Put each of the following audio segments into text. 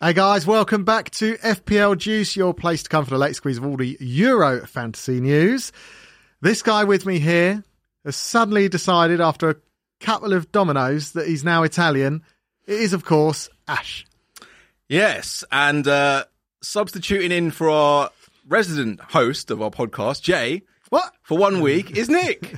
Hey guys, welcome back to FPL Juice, your place to come for the late squeeze of all the Euro fantasy news. This guy with me here has suddenly decided after a couple of dominoes that he's now Italian. It is, of course, Ash. Yes, and uh, substituting in for our resident host of our podcast, Jay, What? for one week is Nick.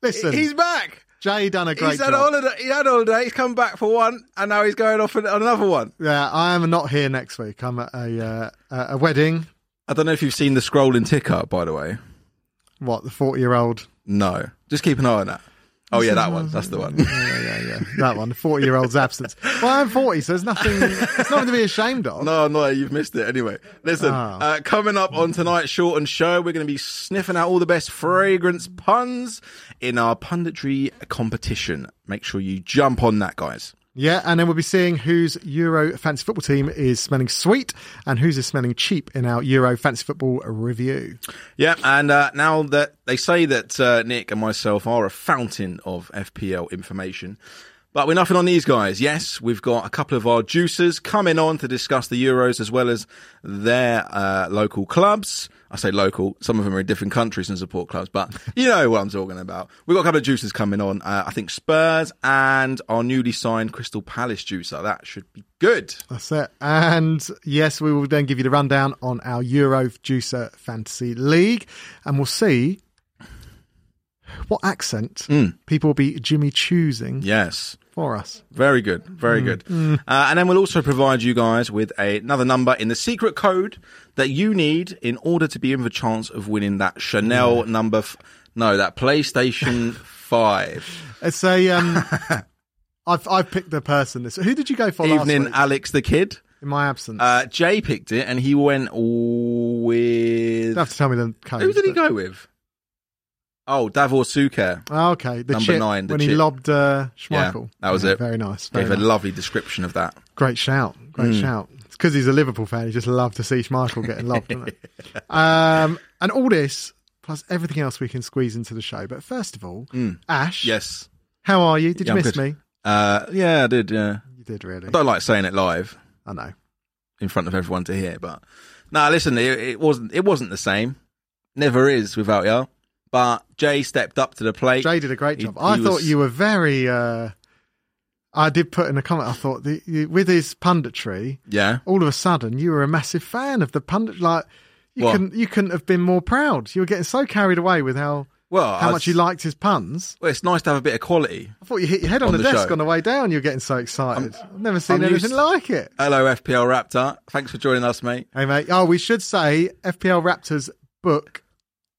Listen, he's back. Jay done a great he's job. had a holiday. He had a holiday. He's come back for one, and now he's going off on on another one. yeah, I am not here next week. I'm at a uh, a a wedding. I don't know if you've seen the scrolling tick up, by the way. What the forty year old? No, just keep an eye on that. Oh yeah, that one. That's the one. Yeah, yeah, yeah. That one, forty year old's absence. Well, I'm forty, so there's nothing. It's nothing to be ashamed of. No, no, you've missed it. Anyway, listen, uh, coming up on tonight's short and show, we're going to be sniffing out all the best fragrance puns in our punditry competition. Make sure you jump on that, guys. Yeah, and then we'll be seeing whose Euro fantasy football team is smelling sweet and whose is smelling cheap in our Euro fantasy football review. Yeah, and uh, now that they say that uh, Nick and myself are a fountain of FPL information, but we're nothing on these guys. Yes, we've got a couple of our juicers coming on to discuss the Euros as well as their uh, local clubs. I say local, some of them are in different countries and support clubs, but you know what I'm talking about. We've got a couple of juicers coming on. Uh, I think Spurs and our newly signed Crystal Palace juicer. That should be good. That's it. And yes, we will then give you the rundown on our Euro Juicer Fantasy League, and we'll see what accent Hmm. people will be Jimmy choosing Yes. for us. Very good, very Mm. good. Uh, and then we'll also provide you guys with a, another number in the secret code that you need in order to be in the chance of winning that Chanel number. F- no, that PlayStation Five. It's a. Um, I've I've picked the person this. Who did you go for Evening, last week Alex the Kid. in my absence? Uh, Jay picked it, and he went with you have to tell me the code. who did he but- go with? Oh, Davor Suker. Oh, okay, the Number chip nine, the when he chip. lobbed uh, Yeah, Schmeichel. that was Yeah, it. Very nice. Very Gave a Hmm. nice. lovely description of that. Great shout. Great shout. It's because he's a Liverpool fan. He just loved to see Schmeichel getting lobbed. doesn't he? um, and all this, plus everything else we can squeeze into the show. But first of all, Ash, Yes. how are you? Did Hmm. Yeah, you I'm miss good. me? Uh, yeah, I did. Yeah, You did, really. I don't like saying it live. I know. in front of everyone to hear. But no, listen, it, it wasn't it wasn't the same. Never is without you. But Jay stepped up to the plate. Jay did a great He- job. I he thought was- you were very. Uh, I did put in a comment. I thought the, you- with his punditry, yeah. all of a sudden you were a massive fan of the pundit. Like you What? couldn't, you couldn't have been more proud. You were getting so carried away with how Well, how I much was- you liked his puns. Well, it's nice to have a bit of quality. I thought you hit your head on, on the, the desk show. on the way down. You're getting so excited. I've never seen I'm anything used- like it. Hello, FPL Raptor. Thanks for joining us, mate. Hey, mate. Oh, we should say FPL Raptors book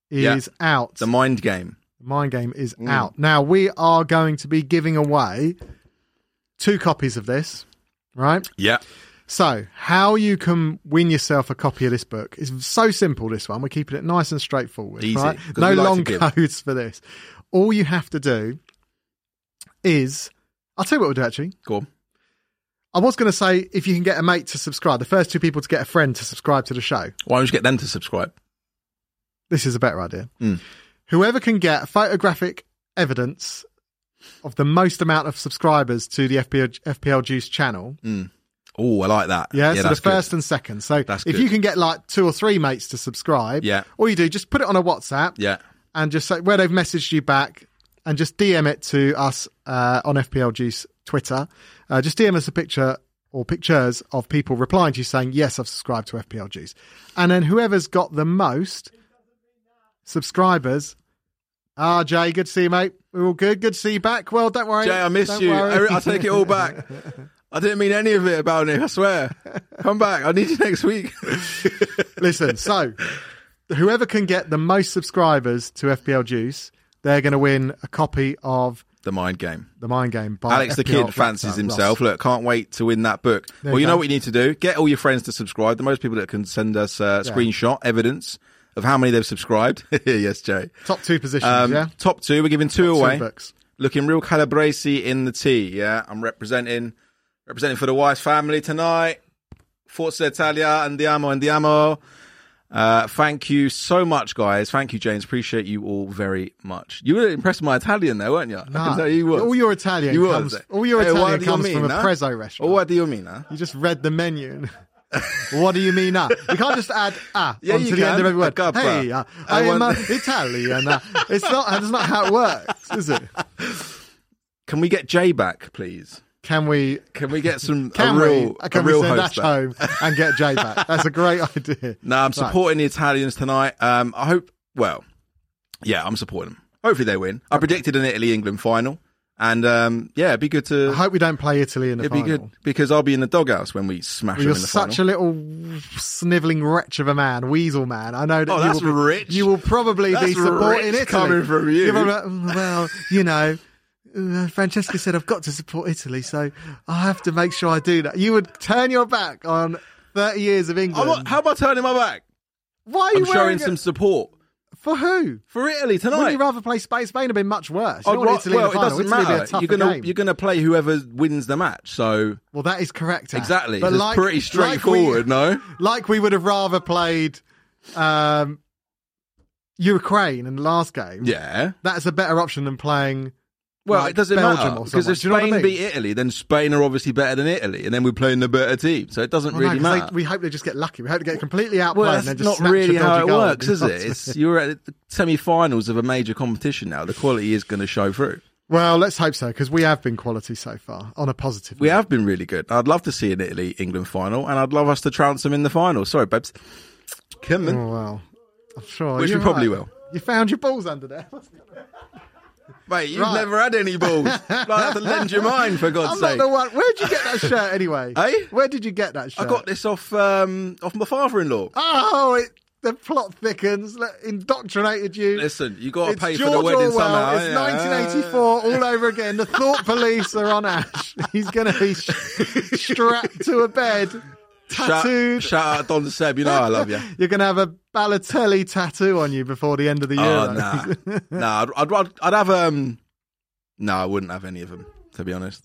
Yeah. is out. The Mm. The mind game. Mind Game is out. Now, we are going to be giving away two copies of this, right? Yeah. So, how you can win yourself a copy of this book is so simple. This one, we're keeping it nice and straightforward. Easy, right? 'cause No we like to long give. codes for this. All you have to do is, I'll tell you what we'll do actually. Cool. I was going to say if you can get a mate to subscribe, the first two people to get a friend to subscribe to the show. Why don't you get them to subscribe? This is a better idea. Mm. Whoever can get photographic evidence of the most amount of subscribers to the FPL, FPL Juice channel. Oh, I like that. Yeah, so the that's good. first and second. So That's if good. you can get like two or three mates to subscribe, Yeah. all you do just put it on a WhatsApp Yeah. and just say where they've messaged you back and just DM it to us uh, on FPL Juice Twitter. Uh, just DM us a picture or pictures of people replying to you saying, Yes, I've subscribed to FPL Juice. And then whoever's got the most subscribers. Ah, Jay, good to see you, mate. We're all good. Good to see you back. Well, don't worry. Jay, I miss Don't you. worry. I, I take it all back. I didn't mean any of it about Nick, I swear. Come back. I need you next week. Listen, so whoever can get the most subscribers to FPL Juice, they're going to win a copy of the mind game. The Mind Game by Alex the FPL Kid fancies Rockstar. himself. Look, can't wait to win that book. There well, you you go. know what you need to do? Get all your friends to subscribe. The most people that can send us uh, screenshot evidence of how many they've subscribed. yes, Jay. Top two positions, Um, yeah. Top two. We're giving two Two away. books. Looking real calabresi in the tea. Yeah, I'm representing representing for the Wise family tonight. Forza Italia, andiamo, andiamo. Uh, thank you so much, guys. Thank you, James. Appreciate you all very much. You were impressed with my Italian, though, weren't you? I Ah, can tell you was. All your Italian You comes, was. all your Eh, what Italian do you comes mean, from a huh? prezzo Oh, restaurant. what do you mean? Huh? You just read the menu. And what do you mean? Ah, you can't just add ah Yeah, onto you the end of can. every word. Capa. Hey, ah, I I, am want- uh, Italian. ah. it's not. That's not how it works, is it? Can we get Jay back, please? Can we? Can we get some Can a real, we? Uh, Can a real we send host Ash back? home and get Jay back? That's a great idea. No, I'm supporting the Italians tonight. Um, I hope. Well, yeah, I'm supporting them. Hopefully they win. I predicted an Italy England final, and um, yeah, it'd be good to. I hope we don't play Italy in the it'd final. be good because I'll be in the doghouse when we smash them You're in the such final. a little snivelling wretch of a man, weasel man. I know that Oh, you that's will be, rich. You will probably be That's supporting rich Italy. coming from you. You're probably like, "Mm, well, you know, uh, Francesca said I've got to support Italy, so I have to make sure I do that. You would turn your back on 30 years of I'm England. not- how am I turning my back? Why are you I'm wearing showing some it? support For who? for Italy Wouldn't you tonight. rather play Spain? Spain have been much worse. You I'd don't want ra- Italy in Oh, the well, it final. doesn't Italy would matter. Be a tougher you're gonna game. you're gonna play whoever wins the match. So Well, that is correct. Ash. exactly, But it's like- pretty like we- straightforward. no, like we would have rather played um, Ukraine in the last game. yeah. That's a better option than playing. Well, like, it doesn't Belgium matter or because someone. if Do you know what I Spain mean? beat Italy, then Spain are obviously better than Italy, and then we're playing the better team. So it doesn't Well, no, really 'cause they- matter. we hope they just get lucky. We hope they get completely outplayed well, and then that's just not snatch a really how dodgy it goal and works, be is done it? with It's, you're at the semi-finals of a major competition now. The quality is going to show through. Well, let's hope so because we have been quality so far on a positive. We note. have been really good. I'd love to see an Italy England final, and I'd love us to trounce them in the final. Sorry, babes. Mm. Come on. Oh, well, I'm sure. Which you're we probably right. will. You found your balls under there. Mate, you've Right. never had any balls. I have to lend you mine for I'm God's not sake. the one. Where'd you get that shirt anyway? Eh? Where did you get that shirt? I got this off um, off my father-in-law. Oh, it, the plot thickens. Look, Indoctrinated you. Listen, you got to it's pay George for the wedding Orwell. somehow. It's Yeah. 1984 all over again. The thought police are on Ash. He's going to be sh- strapped to a bed, tattooed. Shout, shout out Don Seb, you know I love you. You're going to have a Balotelli tattoo on you before the end of the year. Oh, nah, nah. I'd, I'd, I'd, I'd have um. No, I wouldn't have any of them to be honest.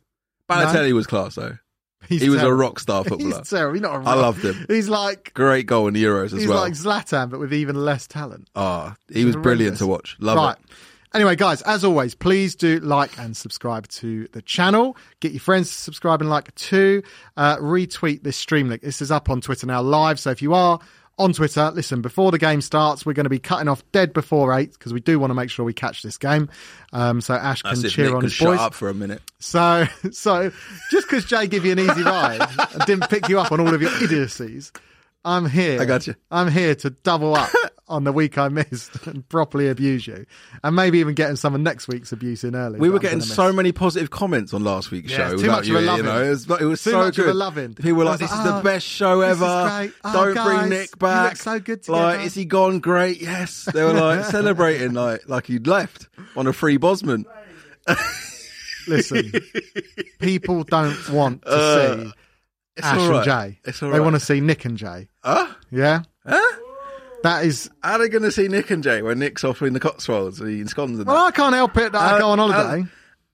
Balotelli was class though. He's He was a terrible. rock star footballer. He's terrible. He's not a rock. I loved him. He's like Great goal in the Euros as he's well. like Zlatan, but with even less talent. Ah, he was brilliant to watch. Love right. it. Anyway, guys, as always, please do like and subscribe to the channel. Get your friends to subscribe and like too. Uh, retweet this stream link. This is up on Twitter now live. So if you are on Twitter, listen, before the game starts, we're going to be cutting off dead before eight because we do want to make sure we catch this game. Um, so Ash can That's if cheer Nick on could his shut boys. up for a minute. So, so just because Jay gave you an easy ride and didn't pick you up on all of your idiocies, I'm here. I got you. I'm here to double up on the week I missed and properly abuse you, and maybe even getting some of next week's abuse in early. We that were I'm gonna getting miss. so many positive comments on last week's Yeah, show. too without much of you, a you loving. know. it was, it was Too so much of good. a loving. People were I like, was "This like, is "Oh, the best show this is ever." great. Oh, Don't guys, bring you Nick look back. so good Like, together." is he gone? Great. Yes, they were like celebrating, like like he'd left on a free Bosman. Listen, people don't want to see Ash all right. and Jay. Uh, It's all they right. want to see Nick and Jay. Huh? Yeah, Huh? that is. How are they going to see Nick and Jay when Nick's off in the Cotswolds? He ensconds and Well, I can't help it that I Uh, go on uh, holiday. that.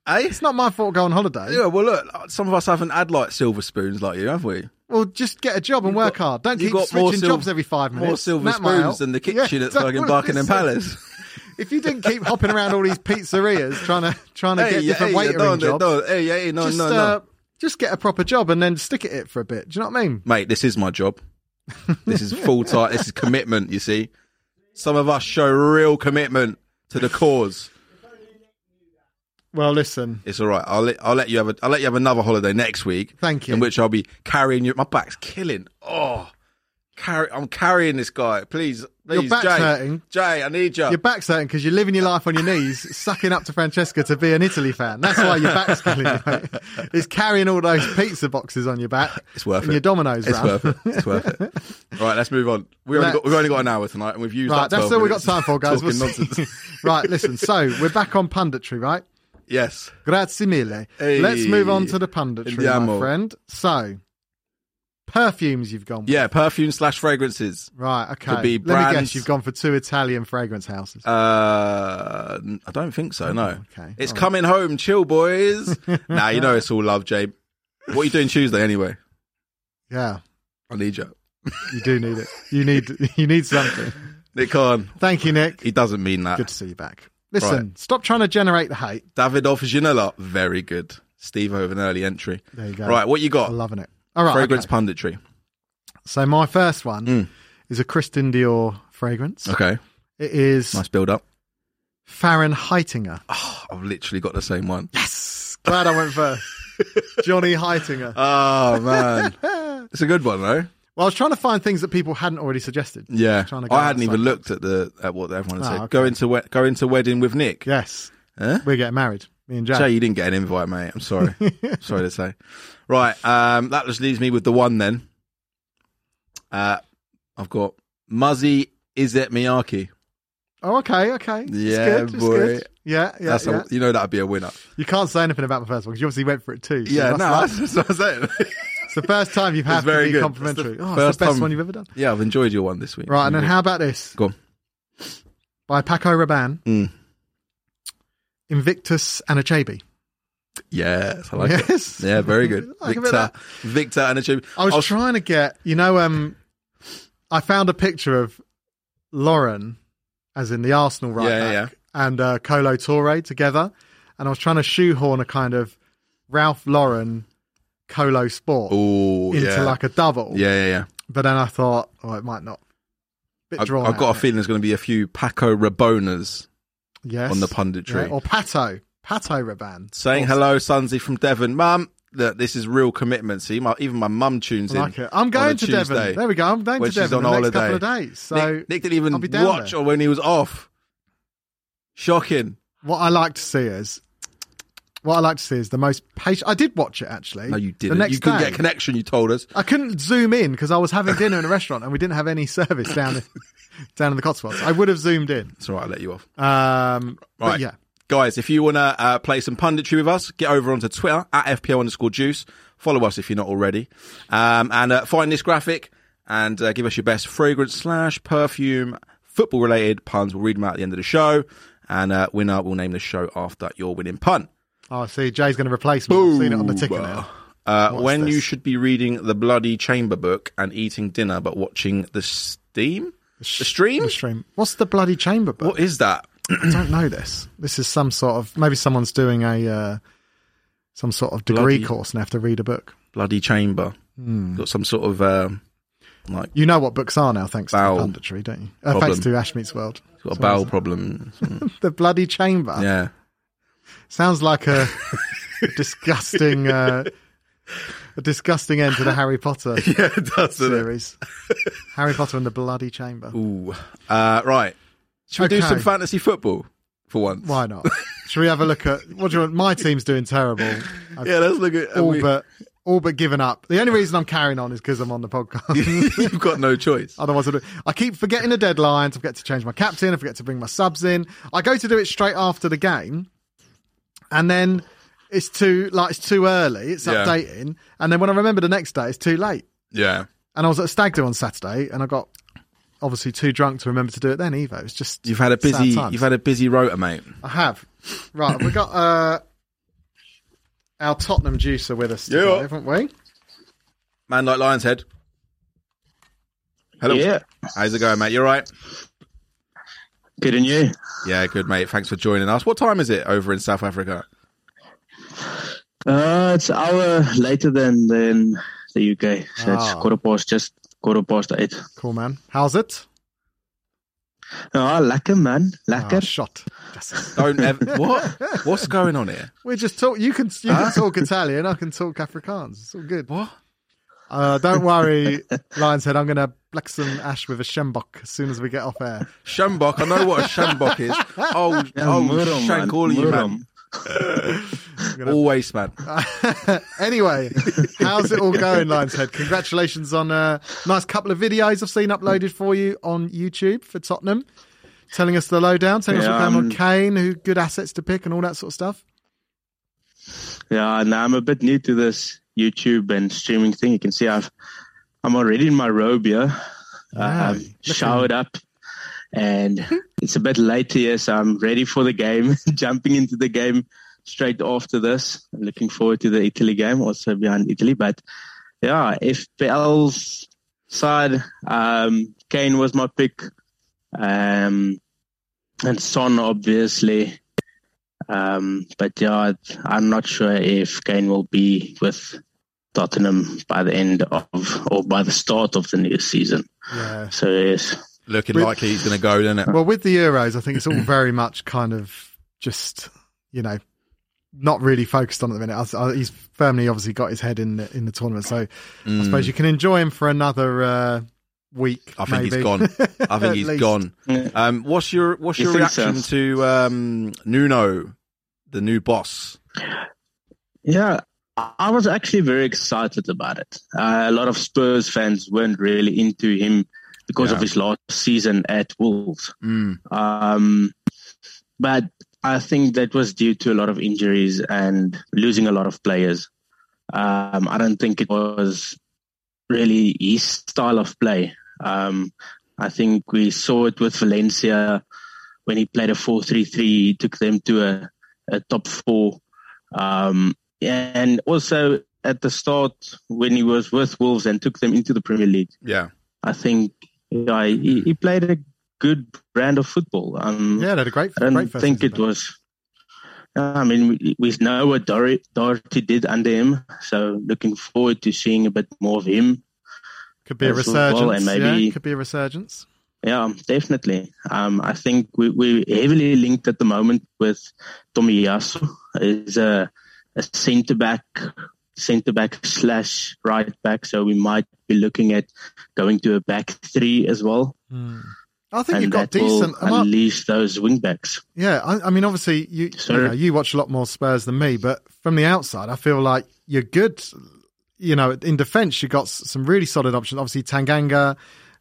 Eh? it's not my fault. I Go on holiday. Yeah, well, look, some of us haven't had like silver spoons like you, have we? Well, just get a job and work hard. Don't you keep got more switching sil- jobs every five minutes. More silver That might spoons help. than the Yeah, kitchen at don't fucking worry, Buckingham listen. Palace. If you didn't keep hopping around all these pizzerias trying to trying to get different yeah, waitering no, no, jobs, no, hey, hey, no, just no, no. uh, just get a proper job and then stick at it for a bit. Do you know what I mean? Mate, this is my job. This is full time. this is commitment. You see, some of us show real commitment to the cause. Well, listen. It's all right. I'll let, I'll let you have a, I'll let you have another holiday next week. Thank you. In which I'll be carrying you. My back's killing. Oh, carry. I'm carrying this guy. Please, please, back's Jay. hurting. Jay, I need you. Your back's hurting because you're living your life on your knees, sucking up to Francesca to be an Italy fan. That's why your back's killing you. mate. It's carrying all those pizza boxes on your back. It's worth and it. Your Domino's It's round. worth it. It's worth it. All right, let's move on. We only got, Let's- we've only got an hour tonight, and we've used Right, that. that's 12 all we've got minutes time for, guys. talking We'll see. nonsense. right, listen. So we're back on punditry, right? yes. Grazie mille. Hey. Let's move on to the punditry, Andiamo. my friend. So, perfumes you've gone with. Yeah. Perfume slash fragrances. Right, okay. Could be Let me brands. guess, you've gone for two Italian fragrance houses. Uh, n- I don't think so. No. Oh, okay. It's All right. coming home. Chill, boys. nah, you know it's all love, Jay. What are you doing Tuesday anyway? yeah. I need you. You do need it. You need you need something. Nick Khan, Thank you, Nick. he doesn't mean that. Good to see you back. Listen, stop trying to generate the hate. Davidoff Ginola, very good. Steve with an early entry. There you go. Right, what you got? I'm loving it. All right. Fragrance okay. punditry. So my first one is a Christian Dior fragrance. Okay, It is nice build up. Fahrenheitinger. Oh, I've literally got the same one. Yes. Glad I went first. Johnny Heitinger. Oh man, it's a good one though. Well, I was trying to find things that people hadn't already suggested. Yeah, Trying to go I hadn't outside. even looked at the at what everyone had Ah, said. okay. Go into we- go into wedding with Nick. Yes. Huh? We're getting married. Me and Jack. Jay, you didn't get an invite, mate. I'm sorry. sorry to say. Right, um, that just leaves me with the one then. Uh, I've got Muzzy Izet Miyaki. Oh, okay, okay. It's Yeah, good, it's boy. good. Yeah, yeah, That's yeah. a, you know that'd be a winner. You can't say anything about the first one because you obviously went for it too. so Yeah, no, that's like- that's, that's what I'm saying. it's the first time you've had to very be good. complimentary. It's the oh, it's first the best time- one you've ever done. yeah, I've enjoyed your one this week. Right, and then how about this? Go on. By Paco Rabanne, Mm. Invictus and Achabi. Yes, I like it. yes. Yeah, very good. I can Victor, bet Victor, and a tube. I was trying to get, you know, um, I found a picture of Lauren, as in the Arsenal right Yeah, yeah, back, and uh, Colo Torre together, and I was trying to shoehorn a kind of Ralph Lauren Colo Sport oh, into yeah. like a double. yeah, yeah, yeah. But then I thought, oh, it might not. Bit I've, drawn. I've got a out. feeling there's going to be a few Paco Rabonas yes. on the punditry. Yeah, or Pato, Pato Rabanne. Saying hello, Sunzi from Devon. Mum, look, this is real commitment. See, my, even my mum tunes I like in. it. I'm on a going to Tuesday Devon. There we go. I'm going when to she's Devon on in the next holiday. couple of days. So Nick, Nick didn't I'll even be down watch there. or when he was off. Shocking. what I like to see is what I like to see is the most patient. I did watch it actually. No, you The didn't. next you couldn't day. get a connection, you told us. I couldn't zoom in because I was having dinner in a restaurant and we didn't have any service down in, down in the Cotswolds. I would have zoomed in. It's all right, I'll let you off. Um, Right. But yeah, Guys, if you want to uh, play some punditry with us, get over onto Twitter at FPL underscore juice. Follow us if you're not already. Um, and uh, find this graphic and uh, give us your best fragrance slash perfume football related puns. We'll read them out at the end of the show. And uh, winner will name the show after your winning pun. oh, I see. Jay's going to replace me. I've seen it on the ticker now. Uh, What's when you this? should be reading the bloody chamber book and eating dinner but watching the steam? The stream? The stream. What's the bloody chamber book? What is that? I don't know this. This is some sort of maybe someone's doing a uh, some sort of degree Bloody- course and have to read a book. Bloody chamber. Hmm. Got some sort of um, like You know what books are now, thanks Bowel to punditry, don't you? Uh, problem. thanks to Ash Meets World. got a bowel problem. The bloody chamber yeah. sounds like a disgusting, uh, a disgusting end to the Harry Potter Yeah, it does, doesn't it? series. Harry Potter and the bloody chamber. Ooh. Uh, right. Should we do Okay. some fantasy football for once? Why not? Should we have a look at what do you want? My team's doing terrible. I've Yeah, let's look at. have all we- but all but given up. The only reason I'm carrying on is because I'm on the podcast. You've got no choice. Otherwise, I, do, I keep forgetting the deadlines. I forget to change my captain. I forget to bring my subs in. I go to do it straight after the game, and then it's too like it's too early. It's Yeah. updating, and then when I remember the next day, it's too late. Yeah. And I was at a stag do on Saturday, and I got obviously too drunk to remember to do it then either. It's just You've had sad a busy. times. You've had a busy rotor, mate. I have. Right, we got uh, our Tottenham juicer with us today, Yeah. haven't we? Man like Lion's Head. Hello. Yeah. How's it going, mate? You all right? Good and you? Yeah, good, mate. Thanks for joining us. What time is it over in South Africa? Uh, it's an hour later than than the UK, so it's Ah. quarter past just quarter past eight. Cool man. How's it? Ah, lekker man, Ah, lekker. shot. Yes. Don't ever. what? What's going on here? We just talk. You can you can talk Italian. I can talk Afrikaans. It's all good. What? Uh, don't worry, Lion's Head. I'm going to black some ash with a shembok as soon as we get off air. Shambok. I know what a shambok is. Oh, Yeah, oh, Murum, shank man, all of you, man. Murum. Always, man. anyway, how's it all going, Lion's Head? Congratulations on a nice couple of videos I've seen uploaded for you on YouTube for Tottenham, telling us the lowdown, telling us what's Yeah, going on um, Kane, who good assets to pick, and all that sort of stuff. Yeah, now I'm a bit new to this YouTube and streaming thing. You can see I've I'm already in my robe here. Wow, Uh, I've showered up, and it's a bit late here, so I'm ready for the game. Jumping into the game straight after this. I'm looking forward to the Italy game, also behind Italy. But yeah, FPL's side. Um, Kane was my pick, um, and Son obviously. Um, but yeah, I'm not sure if Kane will be with Tottenham by the end of or by the start of the new season. Yeah. So yes, Looking With- like he's going to go, isn't it? Well, with the Euros, I think it's all very much kind of just, you know, not really focused on at the minute. I- I- He's firmly obviously got his head in the, in the tournament, so I suppose you can enjoy him for another uh, week. Mm. I think maybe. he's gone. I think At he's least. gone. Yeah. Um, what's your What's You your think so? reaction to um, Nuno, the new boss? Yeah, I was actually very excited about it. Uh, a lot of Spurs fans weren't really into him because Yeah. of his last season at Wolves. Mm. Um, but I think that was due to a lot of injuries and losing a lot of players. Um, I don't think it was really his style of play. Um, I think we saw it with Valencia when he played a 4 3 3, he took them to a, a top four. Um, and also at the start when he was with Wolves and took them into the Premier League. Yeah, I think yeah, he, he played a good brand of football. Um, Yeah, they had a great. I don't great first think season, it was. I mean, we, we know what Doherty, Doherty did under him, so looking forward to seeing a bit more of him. could be a as well, resurgence. and maybe- yeah, could be a resurgence. Yeah, definitely. Um, I think we, we're heavily linked at the moment with Tomiyasu. He's a, a centre back, centre back slash right back, so we might be looking at going to a back three as well. Hmm. I think you've and got that decent. will amount- unleash those wing backs. Yeah, I, I mean, obviously, you you, Sorry. know, you watch a lot more Spurs than me, but from the outside, I feel like you're good. You know, in defence, you got s- some really solid options. Obviously, Tanganga.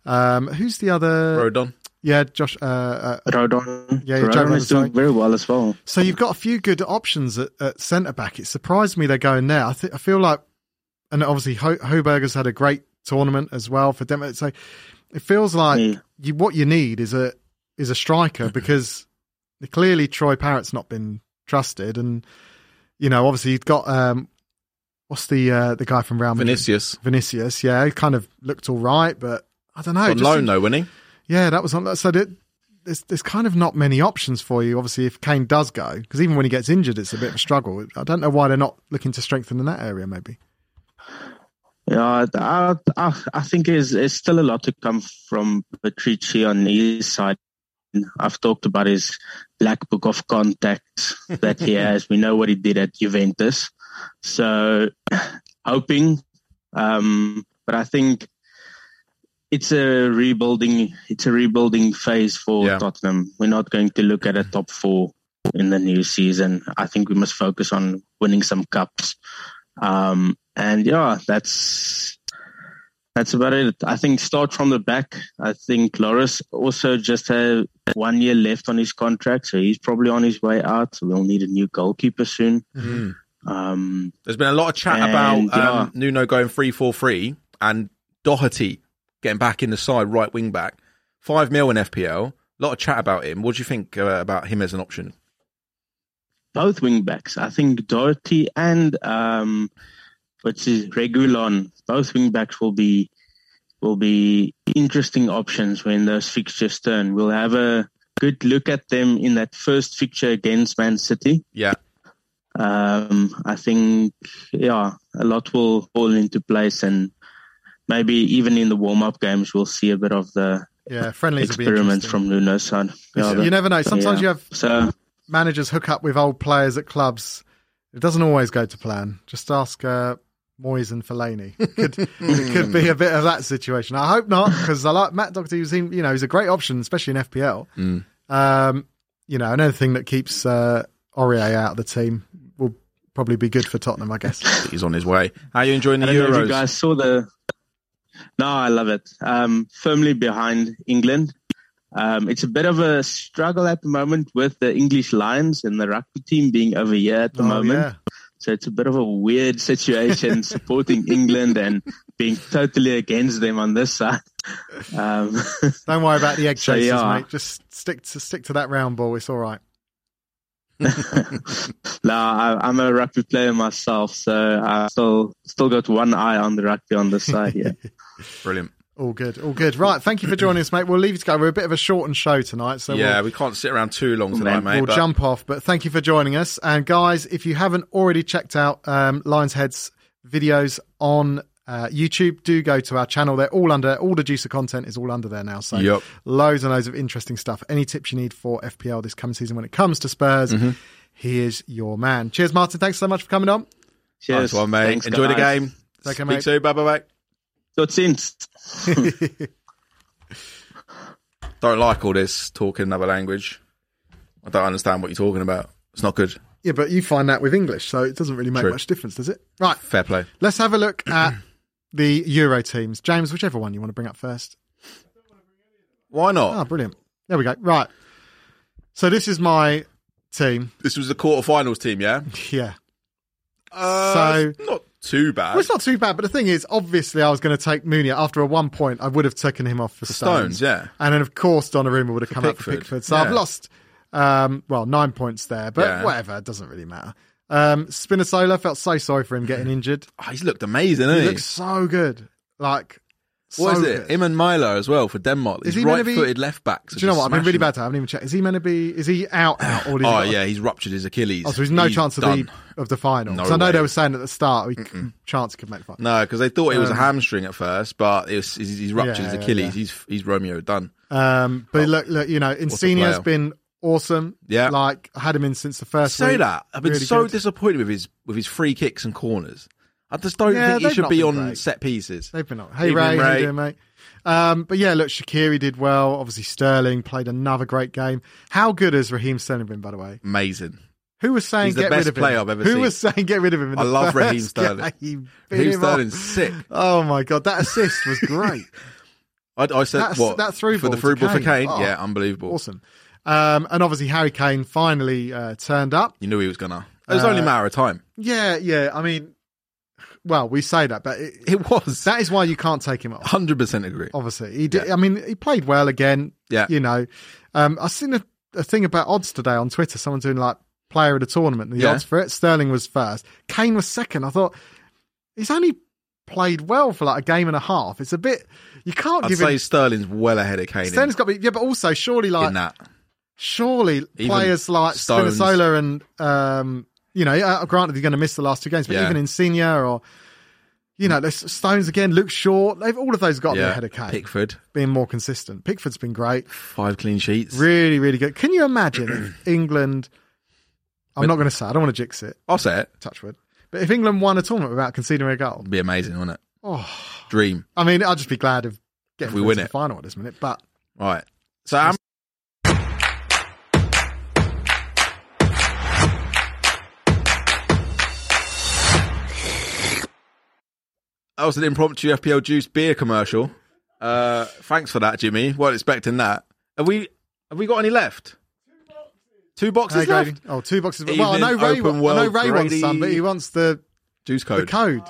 Um, who's the other? Rodon. Yeah, Josh. Uh, uh, Rodon, Yeah, yeah, Joe Rodon Rodon, is sorry. doing very well as well. so you've got a few good options at, at centre back. It surprised me they're going there. I th- I feel like, and obviously, Ho- Hoberger's had a great tournament as well for Denmark. So it feels like Yeah. you, what you need is a is a Mm-hmm. striker because clearly Troy Parrott's not been trusted, and you know obviously you've got um, what's the uh, the guy from Real Madrid, Vinicius. Vinicius. Yeah, he kind of looked all right, but I don't know. On just loan, though, wasn't he? yeah, that was on that. So there- there's there's kind of not many options for you. Obviously, if Kane does go, because even when he gets injured, it's a bit of a struggle. I don't know why they're not looking to strengthen in that area. Maybe. Yeah, I, I, I think there's, there's still a lot to come from Patrici on his side. I've talked about his black book of contacts that he has. We know what he did at Juventus. So, hoping. Um, but I think it's a rebuilding. It's a rebuilding phase for Yeah. Tottenham. We're not going to look at a top four in the new season. I think we must focus on winning some cups. Um, and yeah, that's that's about it. I think start from the back. I think Loris also just had one year left on his contract, so he's probably on his way out. We'll need a new goalkeeper soon. Mm-hmm. Mm. Um, There's been a lot of chat And, about um, yeah. Nuno going 3 4 3 and Doherty getting back in the side, right wing back. 5 mil in FPL. A lot of chat about him. What do you think uh, about him as an option? both wing backs. I think Doherty and um, which is Regulon. Both wing backs will be will be interesting options when those fixtures turn. We'll have a good look at them in that first fixture against Man City. Yeah. Um, I think yeah, a lot will fall into place, and maybe even in the warm up games, we'll see a bit of the Yeah, friendlies will be experiments interesting. from Nuno's side. Yeah, you never know. Sometimes yeah. you have so managers hook up with old players at clubs. It doesn't always go to plan. Just ask uh, Moyes and Fellaini. Could, it could be a bit of that situation. I hope not, because I like Matt Doctor. Who's in, you know he's a great option, especially in FPL. Mm. Um, you know, another thing that keeps uh, Aurier out of the team will probably be good for Tottenham, I guess. He's on his way. How are you enjoying the I don't know if you Euros? guys saw the. No, I love it. Um, firmly behind England. Um, it's a bit of a struggle at the moment with the English Lions and the rugby team being over here at the Oh, moment. yeah. So it's a bit of a weird situation supporting England and being totally against them on this side. Um, Don't worry about the egg So, chasers, yeah. mate. Just stick to stick to that round ball. It's all right. no, I, I'm a rugby player myself, so I still still got one eye on the rugby on this side. Yeah. Brilliant. All good, all good. Right, thank you for joining us, mate. We'll leave you to go. We're a bit of a shortened show tonight, so yeah, we'll, we can't sit around too long tonight, mate. we'll but jump off. But thank you for joining us. And guys, if you haven't already checked out um, Lion's Head's videos on uh, YouTube, do go to our channel. They're all under all the juicer content is all under there now. So Yep. loads and loads of interesting stuff. Any tips you need for FPL this coming season when it comes to Spurs, Mm-hmm. he is your man. Cheers, Martin. Thanks so much for coming on. nice Cheers. one, mate. Thanks, Enjoy the guys. game. Take care, Speak mate. soon. Bye, bye, bye. Tot ziens. Don't like all this talking another language. I don't understand what you're talking about. It's not good. Yeah, but you find that with English, so it doesn't really make True. much difference, does it? Right. Fair play. Let's have a look at the Euro teams. James, whichever one you want to bring up first. Why not? Ah, brilliant. There we go. Right. So this is my team. This was the quarterfinals team, yeah. Yeah. Uh, So- it's not too bad. Well, it's not too bad, but the thing is, obviously, I was going to take Mooney. After a one point, I would have taken him off for Stones. Stones, yeah. And then, of course, Donnarumma would have come up for Pickford, Pickford. So yeah. I've lost, um, well, nine points there, but Yeah. whatever. It doesn't really matter. Um, Spinozola felt so sorry for him getting injured. Oh, he's looked amazing, hasn't He he? looks so good. Like, What so is it? good. Him and Milo as well for Denmark. Is These he meant to be- right-footed left backs. Do you know what? I've been really bad. To, I haven't even checked. Is he meant to be? Is he out? Out? Or is he Oh got- yeah, he's ruptured his Achilles. Oh, so there's no He's chance of done. the of the final. No 'Cause I know way. they were saying at the start, he, chance he could make the final. No, because they thought it was a hamstring at first, but it was, he's, he's ruptured Yeah, his yeah, Achilles. yeah. He's he's Romeo done. Um, but look, look, you know, Insignia's Oh. player. been awesome. Yeah. like I had him in since the first. Say week. that I've been Really so good. disappointed with his with his free kicks and corners. I just don't Yeah, think they've he should not be been on great. set pieces. They've been on. Hey Evening, Ray, how you Ray. doing, mate? Um, but yeah, look, Shakiri did well. Obviously, Sterling played another great game. How good has Raheem Sterling been, by the way? Amazing. Who was saying He's the get best rid of him? player I've ever Who seen. was saying get rid of him? in I the love first Raheem Sterling. game? Beat Raheem him up. Sterling's sick. Oh my god, that assist was great. I, I said That's- what that through for ball the to through ball for Kane. Kane. Oh. Yeah, unbelievable. awesome. Um, and obviously, Harry Kane finally uh, turned up. You knew he was gonna. uh, It was only a matter of time. Yeah, yeah. I mean, well, we say that, but it, It was. that Oh, is why you can't take him off. Hundred percent agree. Obviously, he did. I mean, he played well again. Yeah. you know. Um, I've seen a, a thing about odds today on Twitter. Someone doing like player of the tournament and the Yeah. odds for it. Sterling was first. Kane was second. I thought he's only played well for like a game and a half. It's a bit. You can't I'd give say him. Sterling's well ahead of Kane in, Sterling's got to be yeah, but also surely like in that. surely Even players like Stones. Spinazzola and um, you know, uh, granted they're going to miss the last two games, but Yeah. even Insignia or you know, there's Stones again, Luke Shaw, they've all of those got their Yeah, head of Kane, Pickford, being more consistent. Pickford's been great, five clean sheets. really, really good. Can you imagine if England? I'm not going to say, I don't want to jinx it, I'll say it. touch wood. But if England won a tournament without conceding a goal, It'd be amazing, wouldn't it? oh, Dream. I mean, I'd just be glad of getting we through win to the it. final at this minute. But Right. So I'm That was an impromptu FPL juice beer commercial. Uh, thanks for that, Jimmy. weren't expecting that. Have we? Have we got any left? Two boxes Hey, left. Grady. oh, two boxes. well, I Evening, know Ray, open wa- I know world, Ray wants Grady. some, but he wants the Juice the code. code.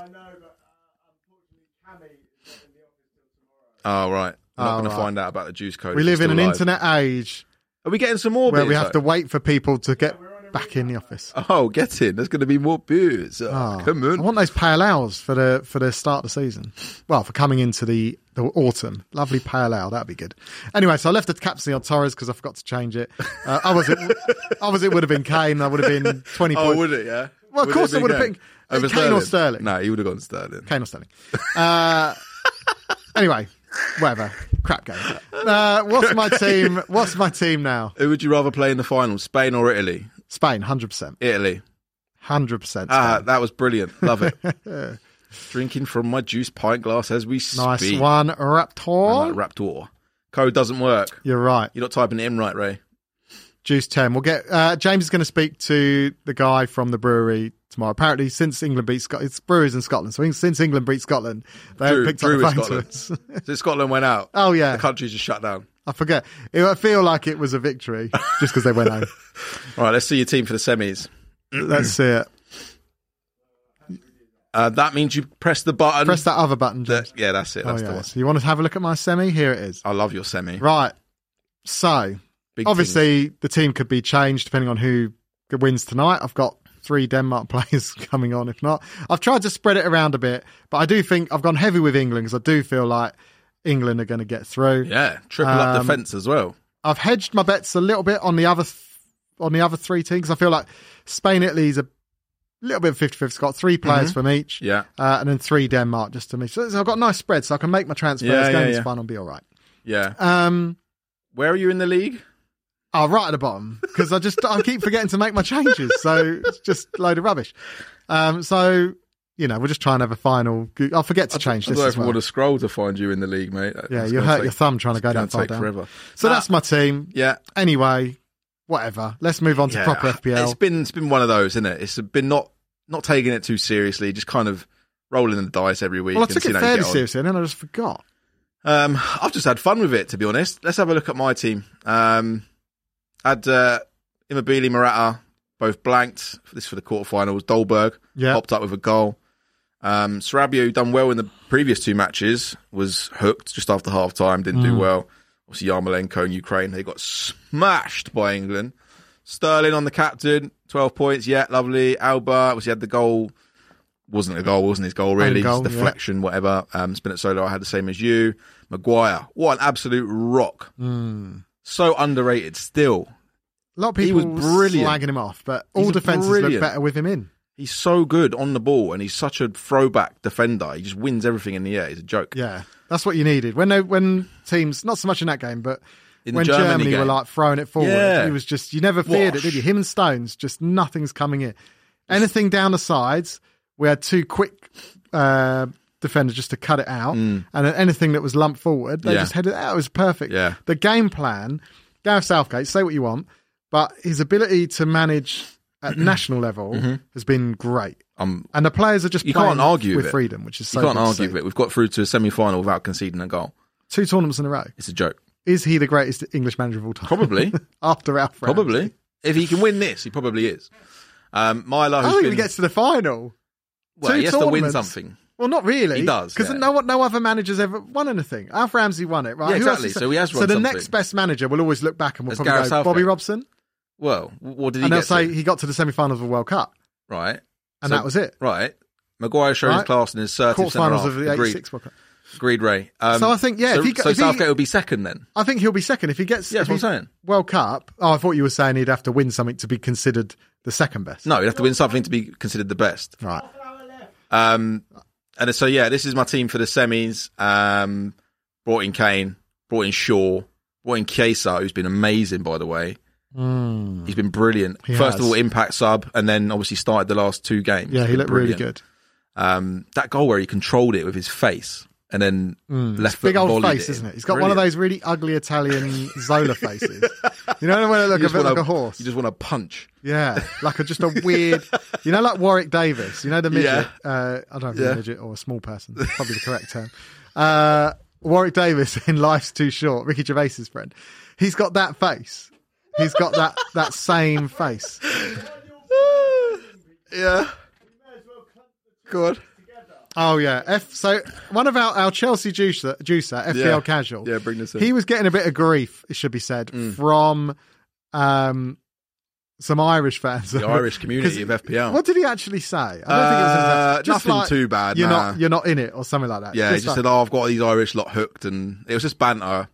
oh right. I'm Oh, not going right. to find out about the juice code. We if live in it's an still live. internet age Are we getting some more? where beers, we have to though? wait for people to get back in the office. Oh, get in. There's going to be more beers. Oh, Ah, come I on. want those pale ales for the for the start of the season. Well, for coming into the, the autumn, lovely pale ale that'd be good. Anyway, so I left the captaincy on Torres because I forgot to change it. Uh, I was it, I was it would have been Kane. That would have been twenty Oh, points. would it? Yeah. Well, of course it it would've Kane? been- Over Kane or Sterling? No, he would have gone Sterling. Kane or Sterling. Uh, anyway, whatever. Crap game. Uh, what's my team? What's my team now? Who would you rather play in the final, Spain or Italy? Spain, hundred percent, Italy. hundred percent. Ah, that was brilliant. Love it. Drinking from my juice pint glass as we Nice speak. one, Raptor. Like Raptor. Code doesn't work. You're right. You're not typing it in right, Ray. Juice 10. We'll get uh, James is going to speak to the guy from the brewery tomorrow. Apparently, since England beat Scotland, it's brewers in Scotland. So since England beat Scotland, they Drew- picked Drew up is the phone to us. So Scotland went out. Oh, yeah. The country just shut down. I forget. It, I feel like it was a victory just because they went home. All right, let's see your team for the semis. Let's see it. Uh, that means you press the button. Press that other button, James. that. Yeah, that's it. Oh, That's the yeah. one. So you want to have a look at my semi? Here it is. I love your semi. Right. So Big teams. obviously the team could be changed depending on who wins tonight. I've got three Denmark players coming on. If not, I've tried to spread it around a bit, but I do think I've gone heavy with England because I do feel like England are going to get through. Yeah, triple up Um, defence as well. I've hedged my bets a little bit on the other th- on the other three teams. I feel like Spain, Italy is a little bit 50 50. It's got three players from each, Mm-hmm. Yeah. uh, and then three Denmark just to me. So, so I've got a nice spread, so I can make my transfers. Yeah, Going yeah, this yeah. final, be all right. Yeah. Um, Where are you in the league? oh, right at the bottom because I just I keep forgetting to make my changes, so it's just a load of rubbish. Um, so you know, we'll just try and have a final. go- I'll forget to change I don't this. know As if I well. want to scroll to find you in the league, mate. Yeah, It's you gonna hurt take- your thumb trying to go gonna that far take down. forever. So Nah, that's my team. yeah. Anyway, whatever. Let's move on to yeah. proper FPL. It's been it's been one of those, isn't it? It's been not not taking it too seriously, just kind of rolling the dice every week. Well, I and took it seeing how you fairly get on. seriously, and then I just forgot. Um, I've just had fun with it, to be honest. Let's have a look at my team. Um, had uh, Immobile, Morata, both blanked. This for the quarterfinals. Dolberg Yeah. popped up with a goal. Um, Sarabia, who done well in the previous two matches, was hooked just after half time. Didn't do well. Obviously, Yarmolenko in Ukraine, they got smashed by England. Sterling on the captain, twelve points. Yeah, lovely. Alba, obviously had the goal. Wasn't a goal, wasn't his goal really? goal, just yeah. deflection, whatever. Um, Spinazzola, I had the same as you. Maguire, what an absolute rock! So underrated still. Hmm. A lot of He people was brilliant. slagging him off, but He's all a defences look brilliant. better with him in. He's so good on the ball, and he's such a throwback defender. He just wins everything in the air. He's a joke. Yeah, that's what you needed when they, when teams not so much in that game, but In the when Germany Germany, were game. like throwing it forward, Yeah. he was just you never feared Wash. it, did you? Him and Stones, just nothing's coming in. Anything down the sides, we had two quick uh, defenders just to cut it out, and then anything that was lumped forward, they Mm. Yeah. just headed it out. It was perfect. Yeah. The game plan, Gareth Southgate, say what you want, but his ability to manage at national level has been great. Um, And the players are just Mm-hmm. You playing can't argue with with it. freedom, which is so you can't good to argue see. with it. We've got through to a semi-final without conceding a goal. Two tournaments in a row. It's a joke. Is he the greatest English manager of all time? Probably. After Alf Ramsey. Probably. If he can win this, he probably is. Um, Milo, I don't who's think been, he gets to the final. well, two he has to win tournaments. something. Well, not really. He does, because yeah. no one, no other manager's ever won anything. Alf Ramsey won it, right? Yeah, Who else exactly. is- So he has So won the something. next best manager will always look back and will It's probably Gareth go Southgate. Bobby Robson, Well, what did he and they'll get? say to? he got to the semi-finals of the World Cup, Right, and So- that was it. right. Maguire showed his Right. class in his assertive centre Quarterfinals half. of the Agreed. '86 World Cup. Agreed, Ray. Um, So I think, yeah, So, if he go- so if he- Southgate would be second then. I think he'll be second if he gets. Yeah, if that's what he- I'm saying. World Cup. Oh, I thought you were saying he'd have to win something to be considered the second best. No, he'd have to win something to be considered the best. Right. Um, and so yeah, this is my team for the semis. Um, brought in Kane, brought in Shaw, brought in Chiesa, who's been amazing by the way. He's been brilliant. First Hmm. has. of all, impact sub, and then obviously started the last two games. Yeah, he Been looked really brilliant. good. Um, that goal where he controlled it with his face and then left foot Mm, Big old volleyed face, it. is isn't it? He's got one of those really ugly Italian Zola faces. You know when it look a just bit like wanna- a horse. You just want to punch. Yeah, like a, just a weird, you know, like Warwick Davis. You know the midget. Yeah. Uh, I don't know if he's Yeah. a midget or a small person. That's probably the correct term. Uh, Warwick Davis in Life's Too Short, Ricky Gervais's friend. He's got that face. He's got that that same face. yeah. Good. Oh yeah. F. So one of our, our Chelsea juicer, juicer FPL Yeah. casual. Yeah, bring this in. He was getting a bit of grief, it should be said, Mm. from um, some Irish fans. The Irish community of FPL. What did he actually say? I don't Uh, think it was just nothing like, too bad, You're nah. not you're not in it or something like that. yeah, he just just like, said, "Oh, I've got these Irish lot hooked," and it was just banter.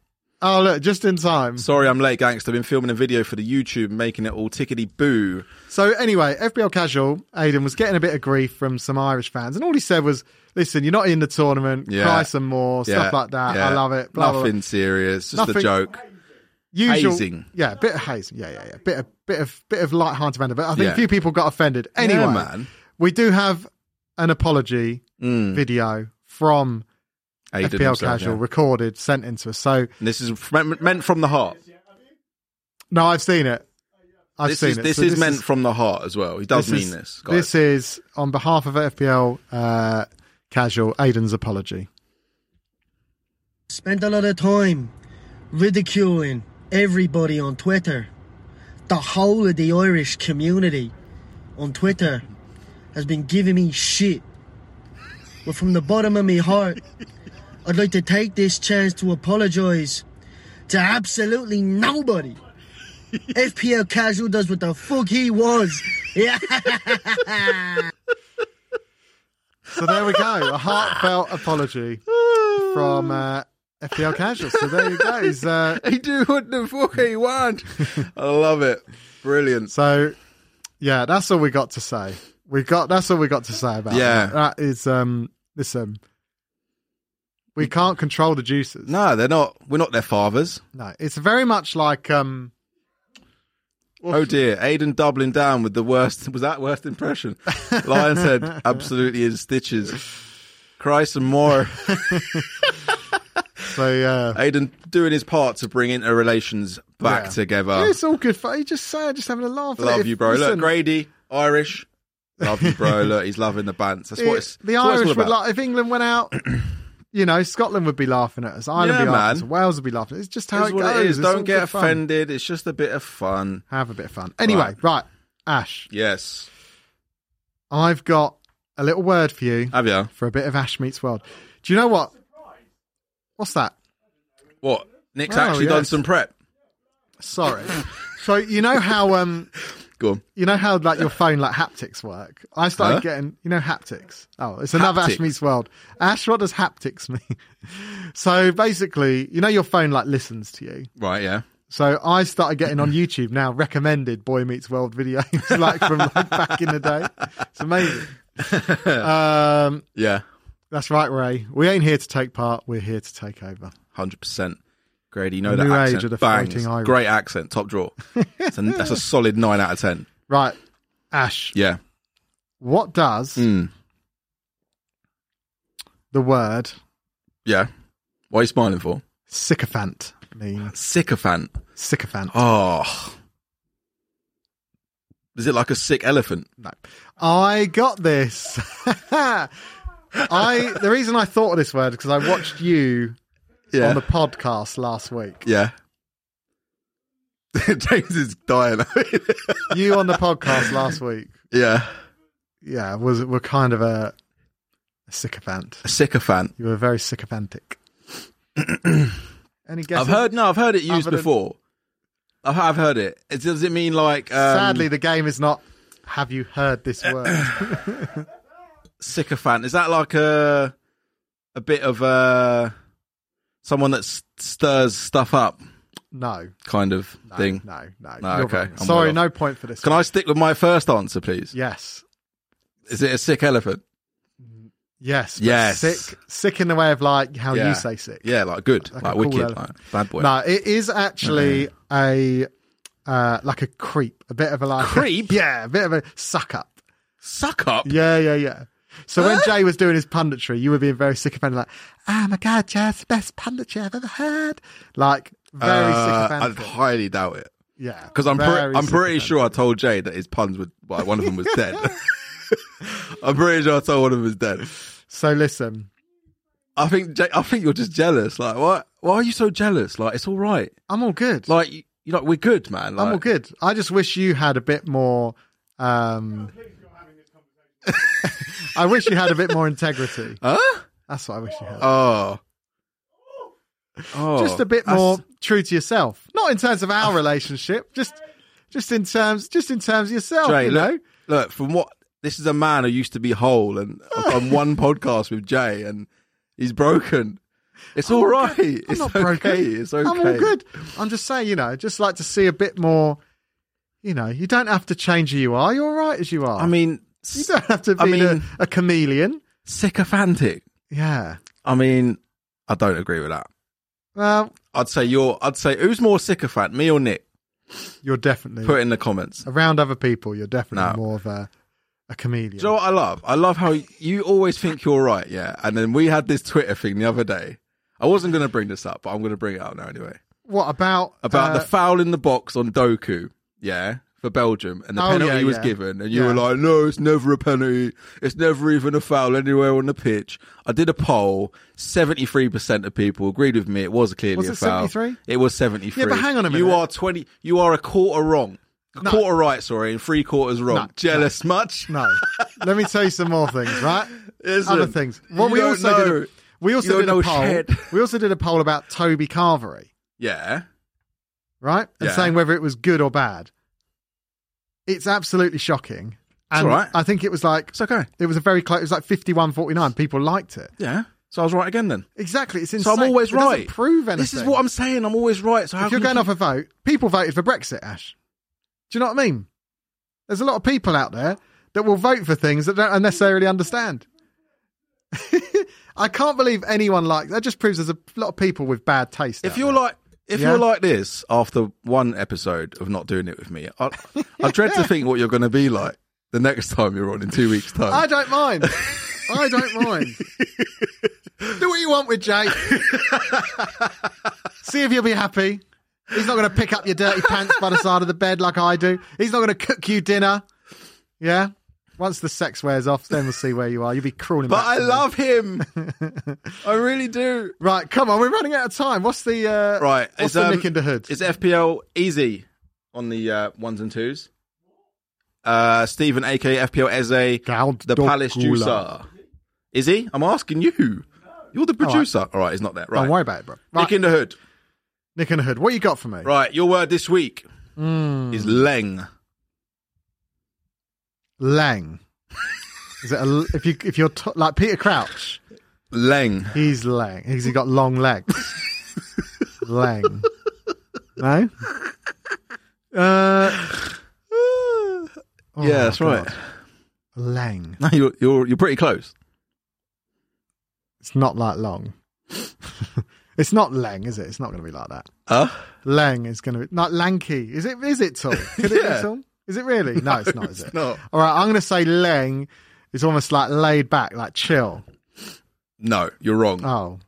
oh look, just in time. Sorry, I'm late, gangster. I've been filming a video for the YouTube, making it all tickety boo. So anyway, FBL Casual Aidan was getting a bit of grief from some Irish fans, and all he said was, "Listen, you're not in the tournament. Yeah. Cry some more stuff like that. I love it. Blah, blah, Nothing blah. serious, just a Nothing- joke. Usual, hazing. yeah, bit of hazing. Yeah, yeah, yeah. Bit of bit of bit of light-hearted banter. But I think Yeah. a few people got offended. Anyway, yeah, man. we do have an apology Mm. video from Aiden FPL himself, Casual yeah. recorded, sent into us. So And This is f- meant meant from the heart. no, I've seen it. I've This seen is it. this So is meant from the heart as well. He does mean is- this. guys. This is on behalf of FPL uh, Casual. Aidan's apology. spent a lot of time ridiculing everybody on Twitter. The whole of the Irish community on Twitter has been giving me shit. But from the bottom of my heart, I'd like to take this chance to apologise to absolutely nobody. FPL Casual does what the fuck he wants. Yeah. So there we go. A heartfelt apology from uh, FPL casual. So there you go. He's, uh, He do what the fuck he want. I love it. Brilliant. so yeah, that's all we got to say. We got that's all we got to say about Yeah. that. That is um listen. We can't control the juices. Mm. No, they're not. We're not their fathers. No, it's very much like um Oh dear, Aidan doubling down with the worst. Was that worst impression? Lion said, absolutely in stitches. Cry some more. so yeah. Aidan doing his part to bring interrelations back Yeah. together. Yeah, it's all good fun. You just say, just having a laugh. at Ah. Love it. you, bro. Listen, Look, Grady, Irish. Love you, bro. Look, he's loving the bands. That's what it's. it- the that's what it's all Irish would about. like if England went out. You know, Scotland would be laughing at us. Ireland Yeah, would be laughing at us. man. Wales would be laughing. It's just how It's it what goes. it is. It's all Don't get good fun. offended. It's just a bit of fun. Have a bit of fun. Anyway, right. Right. Ash, Yes. I've got a little word for you Have you? for a bit of Ash meets world. Do you know what? What's that? What? Nick's Oh, actually done yes. some prep. Sorry. so you know how um Go on. you know how like your phone like haptics work. I started Huh? getting you know haptics. Oh, it's another Ash Haptics. meets world. Ash, what does haptics mean? so basically, you know your phone like listens to you. Right, yeah. So I started getting Mm-hmm. on YouTube now recommended Boy Meets World videos like from like back in the day. It's amazing. Um, Yeah. that's right, Ray. We ain't here to take part. We're here to take over. 100%. Grady, you know The that new age accent. of the Bangs. floating Irish. Great accent. Top draw. It's a- that's a solid 9 out of 10. Right, Ash. Yeah. What does Mm. the word Yeah. What are you smiling for? sycophant mean? Sycophant. Sycophant. Oh. Is it like a sick elephant? No. I got this. I the reason I thought of this word because I watched you Yeah. on the podcast last week. yeah. James is dying. You on the podcast last week. yeah. Yeah, was were kind of a, a sycophant. A sycophant. You were very sycophantic. Any guesses? I've heard um, no, I've heard it used Other than- before. I have heard it. It- Does it mean like um, Sadly, the game is not. Have you heard this word? sycophant? Is that like a a bit of uh someone that s- stirs stuff up No, kind of no, thing? no, no. No, You're okay, wrong. I'm Sorry, well no point for this. Can I stick with my first answer, please? Yes, Is it a sick elephant? yes, but Yes. Sick, sick in the way of like how Yeah. you say sick. Yeah, like good, Like like, a cool wicked, elephant. like bad boy. No, it is actually a uh, like a creep, a bit of a like Creep? yeah, a bit of a suck up. Suck up. Yeah, yeah, yeah. So when Jay was doing his punditry, you were being very sycophantic, like, "Oh my god, Jay, it's the best punditry I've ever heard." Like very Uh, I sycophantic. highly doubt it yeah, because I'm very pre- I'm pretty sycophantic. sure I told Jay that his puns would well, one of them was dead. I'm pretty sure I told one of them was dead. So listen, I think Jay, I think you're just jealous. Like what? Why are you so jealous? Like it's all right. I'm all good. Like you you like we're good, man. Like, I'm all good. I just wish you had a bit more. Um, I wish you had a bit more integrity. Huh? That's what I wish you had. Oh. Oh. just a bit That's- more Oh. true to yourself. Not in terms of our relationship, just just in terms just in terms of yourself. Jay, you know, look, look, from what this is a man who used to be whole and I've done one podcast with Jay and he's broken. It's all right. I'm it's not okay. broken. It's okay. I'm all good. I'm just saying, you know, I'd just like to see a bit more. You know, you don't have to change who you are. You're all right as you are. I mean, you don't have to be I mean- a, a chameleon. sycophantic. Yeah. I mean, I don't agree with that. Well, I'd say you're. I'd say who's more sycophant, me or Nick? you're definitely Put it in the comments. around other people. You're definitely No. more of a a chameleon. Do you know what I love? I love how you always think you're right, yeah. And then we had this Twitter thing the other day. I wasn't going to bring this up, but I'm going to bring it up now anyway. what about About uh, the foul in the box on Doku, yeah, for Belgium, and the Oh, penalty yeah, was yeah. given, and you Yeah. were like, "No, it's never a penalty. It's never even a foul anywhere on the pitch." I did a poll. Seventy-three percent of people agreed with me. It was clearly Was a it foul. 73? It was seventy-three. Yeah, but hang on a You minute. are twenty. You are a quarter wrong. A quarter right, sorry, and three quarters wrong. No, Jealous much? no? Let me tell you some more things, right? Listen, other things. What you we don't also know. did, a, we also don't did a know poll. shit. We also did a poll about Toby Carvery, Yeah. right? And Yeah. saying whether it was good or bad. It's absolutely shocking. And all right. I think it was like It's okay. it was a very close. It was like fifty-one forty-nine. People liked it. Yeah. So I was right again then. Exactly. It's So insane. I'm always It doesn't right. prove anything. This is what I'm saying. I'm always right. So how If you're can going you off a vote, people voted for Brexit, Ash. Do you know what I mean? There's a lot of people out there that will vote for things that don't necessarily understand. I can't believe anyone like that. Just proves there's a lot of people with bad taste. If out you're there. like, if Yeah. you're like this after one episode of not doing it with me, I, I dread to think what you're going to be like the next time you're on in two weeks' time. I don't mind. I don't mind. Do what you want with Jake. See if you'll be happy. He's not going to pick up your dirty pants by the side of the bed like I do. He's not going to cook you dinner. Yeah. Once the sex wears off, then we'll see where you are. You'll be crawling but back. I to me. love him. I really do. Right, come on, we're running out of time. What's the uh, Right, What's the um, nick in the hood? It's FPL easy on the uh, ones and twos. Uh, Stephen, aka FPL Eze, Goud the Dog Palace Gula. juicer. Is he? I'm asking you. You're the producer. All right, he's not there. Right. Don't worry about it, bro. Right, Nick in the hood. nick in the hood. What you got for me? Right, your word this week Mm, is Leng. Lang. Is it a, if you if you're t- like Peter Crouch? Leng. He's lang. He's got long legs. lang. No? Uh, oh, yeah, that's God. right. Lang. No, you're you're you're pretty close. It's not like long. it's not lang, is it? It's not going to be like that. Huh? Lang is going to be not lanky. Is it? Is it tall? Could it be Yeah. tall? Is it really? No, it's not. Is it? not. All right. I'm going to say lang is almost like laid back, like chill. No, you're wrong. Oh,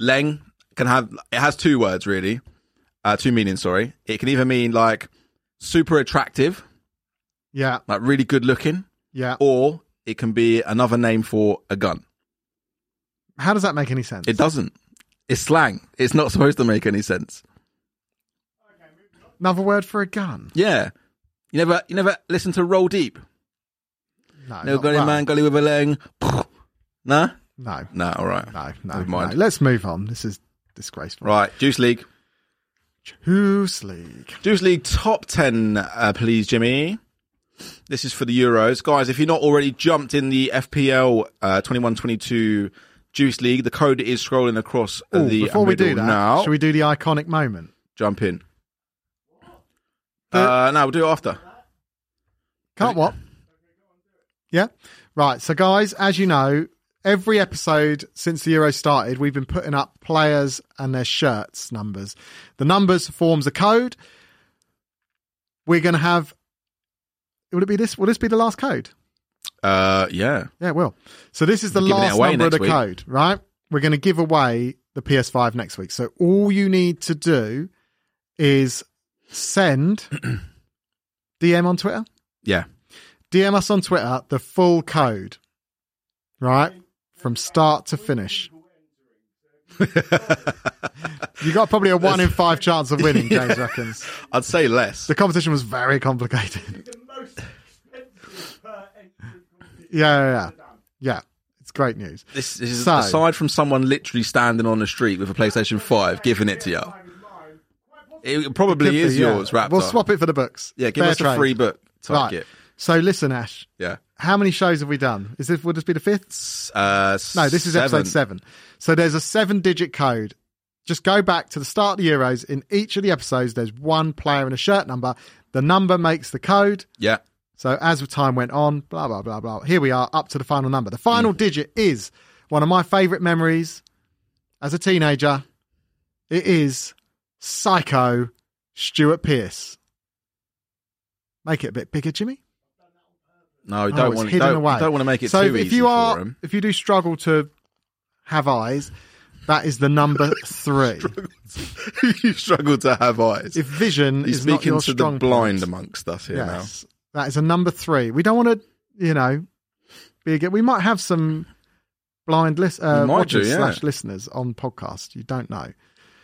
Leng can have it has two words really, uh, two meanings. Sorry, it can either mean like super attractive, yeah, like really good looking, yeah. or it can be another name for a gun. How does that make any sense? It doesn't. It's slang. It's not supposed to make any sense. Another word for a gun? Yeah, you never you never listen to Roll Deep. No, No not gully well. man, gully with a Leng. Nah, No, nah. All right, No, no, Never mind. no. Let's move on. This is disgraceful. right. Juice League. Who's league? Juice League top 10, uh, please, Jimmy. This is for the Euros. Guys, if you're not already jumped in the FPL uh, 21 22 Juice League, the code is scrolling across Ooh, the before we do middle that, now. should we do the iconic moment? Jump in. The- Uh, no, we'll do it after. Can't what? Yeah. Right. So, guys, as you know, every episode since the Euro started, we've been putting up players and their shirts numbers. The numbers forms a code. We're going to have. Will it be this? Will this be the last code? Uh, yeah. Yeah, it will. So this is the We're giving it last away number of next the week. code, right? We're going to give away the PS5 next week. So all you need to do is send DM on Twitter. Yeah. DM us on Twitter the full code, right? From start to finish. you got probably a one in five chance of winning, James reckons. I'd say less. The competition was very complicated. yeah, yeah, yeah. Yeah, it's great news. This, this is So- aside from someone literally standing on the street with a PlayStation 5 giving it to you. It probably Could is be, yeah. yours, Raptor. We'll swap it for the books. Yeah, give Fair us a trade. free book. Type Right. it. So listen, Ash, Yeah. how many shows have we done? Is this will this be the fifth? Uh, No, this is episode seven. So there's a seven digit code. Just go back to the start of the Euros. In each of the episodes, there's one player and a shirt number. The number makes the code. Yeah. So as the time went on, blah blah blah blah. Here we are, up to the final number. The final digit is one of my favourite memories as a teenager. It is Psycho Stuart Pearce. Make it a bit bigger, Jimmy. No, you Oh, don't it's want to hidden don't, away. you don't want to make it so too if easy you are, for him. if you do struggle to have eyes, that is the number three. you struggle to have eyes. If vision He's is not speaking your to the strong blind point, amongst us here Yes. That is a number three. We don't want to, you know, be again. We might have some blind lis- uh, We might do, watchers yeah. slash listeners on podcast. You don't know.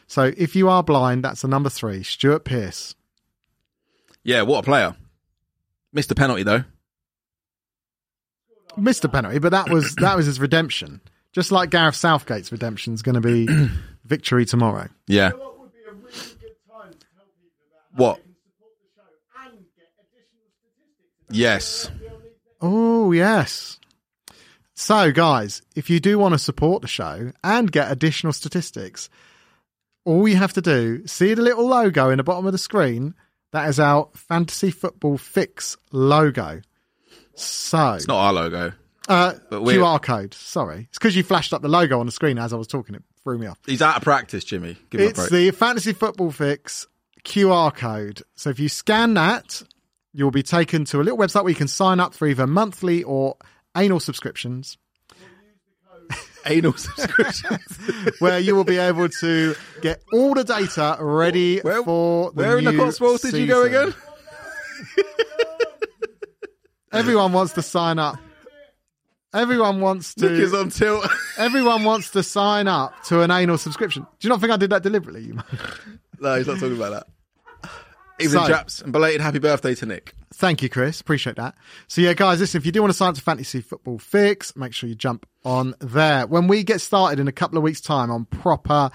So if you are blind, that's the number three, Stuart Pearce. now. Yeah, what a player. Missed the penalty though. Missed a penalty, but that was that was his redemption. Just like Gareth Southgate's redemption is going to be victory tomorrow. Yeah. What? Yes. Oh yes. So, guys, if you do want to support the show and get additional statistics, all you have to do see the little logo in the bottom of the screen. That is our fantasy football fix logo. So It's not our logo. uh, but we're- QR code. Sorry, it's because you flashed up the logo on the screen as I was talking. It threw me off. He's out of practice, Jimmy. Give him a It's break. the Fantasy Football Fix QR code. So if you scan that, you'll be taken to a little website where you can sign up for either monthly or annual subscriptions, Anal subscription. where you will be able to get all the data ready Where- for the Where in the new Cotswolds did you go season. again? Everyone wants to sign up. Everyone wants to. Nick is on tilt. Everyone wants to sign up to an annual subscription. Do you not think I did that deliberately? You mug? no, he's not talking about that. Evening, So- chaps, and belated happy birthday to Nick. Thank you, Chris. Appreciate that. So, yeah, guys, listen, if you do want to sign up to Fantasy Football Fix, make sure you jump on there. When we get started in a couple of weeks' time on proper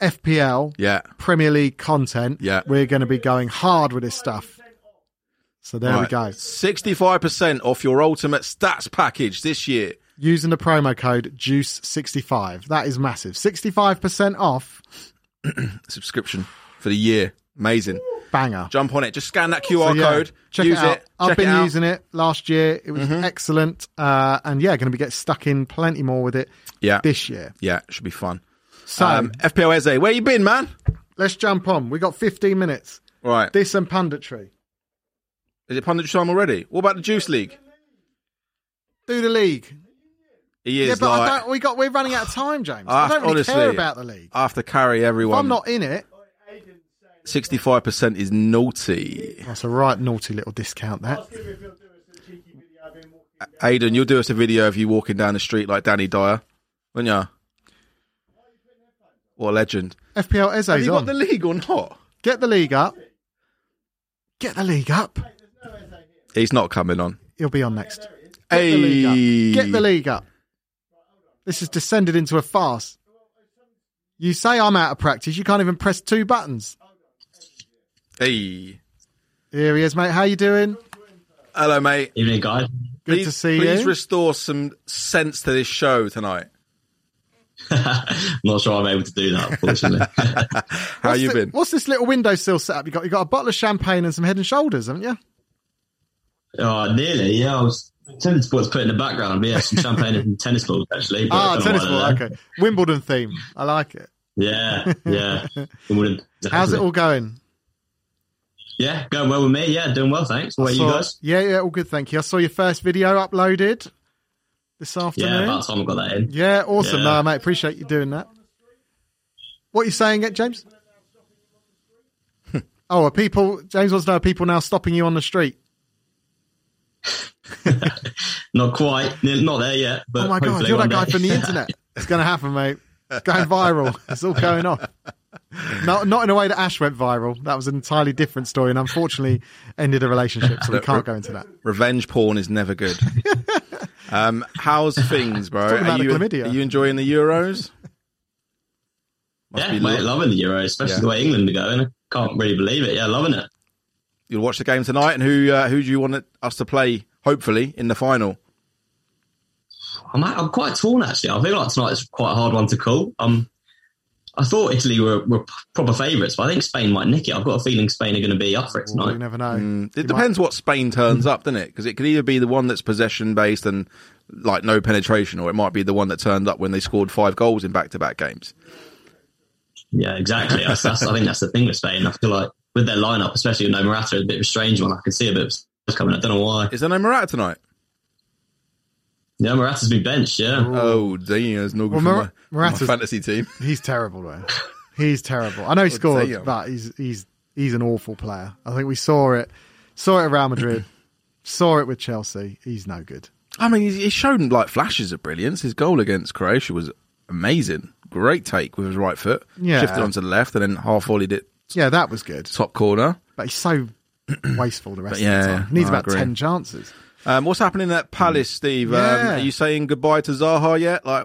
FPL Yeah. Premier League content, Yeah. we're going to be going hard with this stuff. So, there we go. Sixty-five percent off your ultimate stats package this year. Using the promo code JUICE65. That is massive. 65% off. Subscription for the year. Amazing. Banger. Jump on it. Just scan that QR So, yeah, code. Check use it out. I've check been it out. Mm-hmm. using it last year. It was excellent. Uh, and yeah, going to be getting stuck in plenty more with it Yeah. this year. Yeah, it should be fun. So um, FPL Eze, where you been, man? let's jump on. We got 15 minutes. Right. This and punditry. Is it punditry time already? What about the Juice League? Do the league. He is yeah, but like, I don't, we got we're running out of time, James. Ah, I don't really honestly, care about the league. I have to carry If everyone. I'm not in it, 65% is naughty. that's a right naughty little discount. That Aidan, you'll do us a video of you walking down the street like Danny Dyer, won't ya? What a legend. FPL Have Eze's you on. got the league or not? Get the league up. Get the league up. He's not coming on. He'll be on next. Get Hey. the league up. Get the league up. This has descended into a farce. You say I'm out of practice. You can't even press two buttons. Hey. Here he is, mate. How you doing? Hello, mate. Evening, guys. Good please, to see please you. restore some sense to this show tonight. not sure I'm able to do that, unfortunately. How What's you thi- been? What's this little windowsill setup you got? You got a bottle of champagne and some head and shoulders, haven't you? oh, nearly. Yeah, I was tennis balls put in the background. But yeah, some champagne and tennis balls actually. but I Ah, don't know tennis why ball. they're there. Okay, Wimbledon theme. I like it. Yeah, yeah. We wouldn't- How's it all going? Yeah, going well with me. Yeah, doing well. Thanks. What I about saw- you guys? Yeah, yeah, all good. Thank you. I saw your first video uploaded this Yeah, afternoon. about time I got that in. Yeah, awesome, Yeah. No, mate. Appreciate you doing that. What are you saying, it James? oh, are people? James wants to know: are people now stopping you on the street? Not quite. Nearly, not there yet. But Oh my god, Uh, hopefully you're that one guy day. from the internet. It's going to happen, mate. It's going viral. It's all going off. Not not in a way that Ash went viral. That was an entirely different story, and unfortunately ended a relationship. So we can't go into that. Revenge porn is never good. um, how's things, bro? Talking about Are the you, chlamydia. are you enjoying the Euros? Must yeah, be mate, lo- loving the Euro, especially Yeah. the way England are going. Can't really believe it. Yeah, loving it. You'll watch the game tonight, and who uh, who do you want it- us to play? Hopefully, in the final. I'm, I'm quite torn actually. I feel like tonight's quite a hard one to call. Um, I thought Italy were, were proper favourites, but I think Spain might nick it. I've got a feeling Spain are going to be up for it Well, tonight. you never know. Mm, It depends what Spain turns up, doesn't it? Because it could either be the one that's possession based and like no penetration, or it might be the one that turned up when they scored five goals in back to back games. Yeah, exactly. That's, that's, I think that's the thing with Spain. I feel like with their lineup, especially with No Morata, it's a bit of a strange one. I can see a bit of stuff coming. I don't know why. Is there no Morata tonight? Yeah, Morata's been benched. Yeah, Oh, damn, there's no good Well, for Mor- my- my, Morata's- fantasy team. He's terrible, though. He's terrible. I know he Well, scored, damn. but he's he's he's an awful player. I think we saw it, saw it at Real Madrid, saw it with Chelsea. He's no good. I mean, he's, he's shown like flashes of brilliance. His goal against Croatia was amazing. Great take with his right foot. Yeah. Shifted onto the left and then half volleyed it Yeah, that was good, top corner. but he's so wasteful the rest of But the yeah, time. He needs I about agree. ten chances. Um, what's happening at Palace, Steve? Um, Yeah. are you saying goodbye to Zaha yet? Like,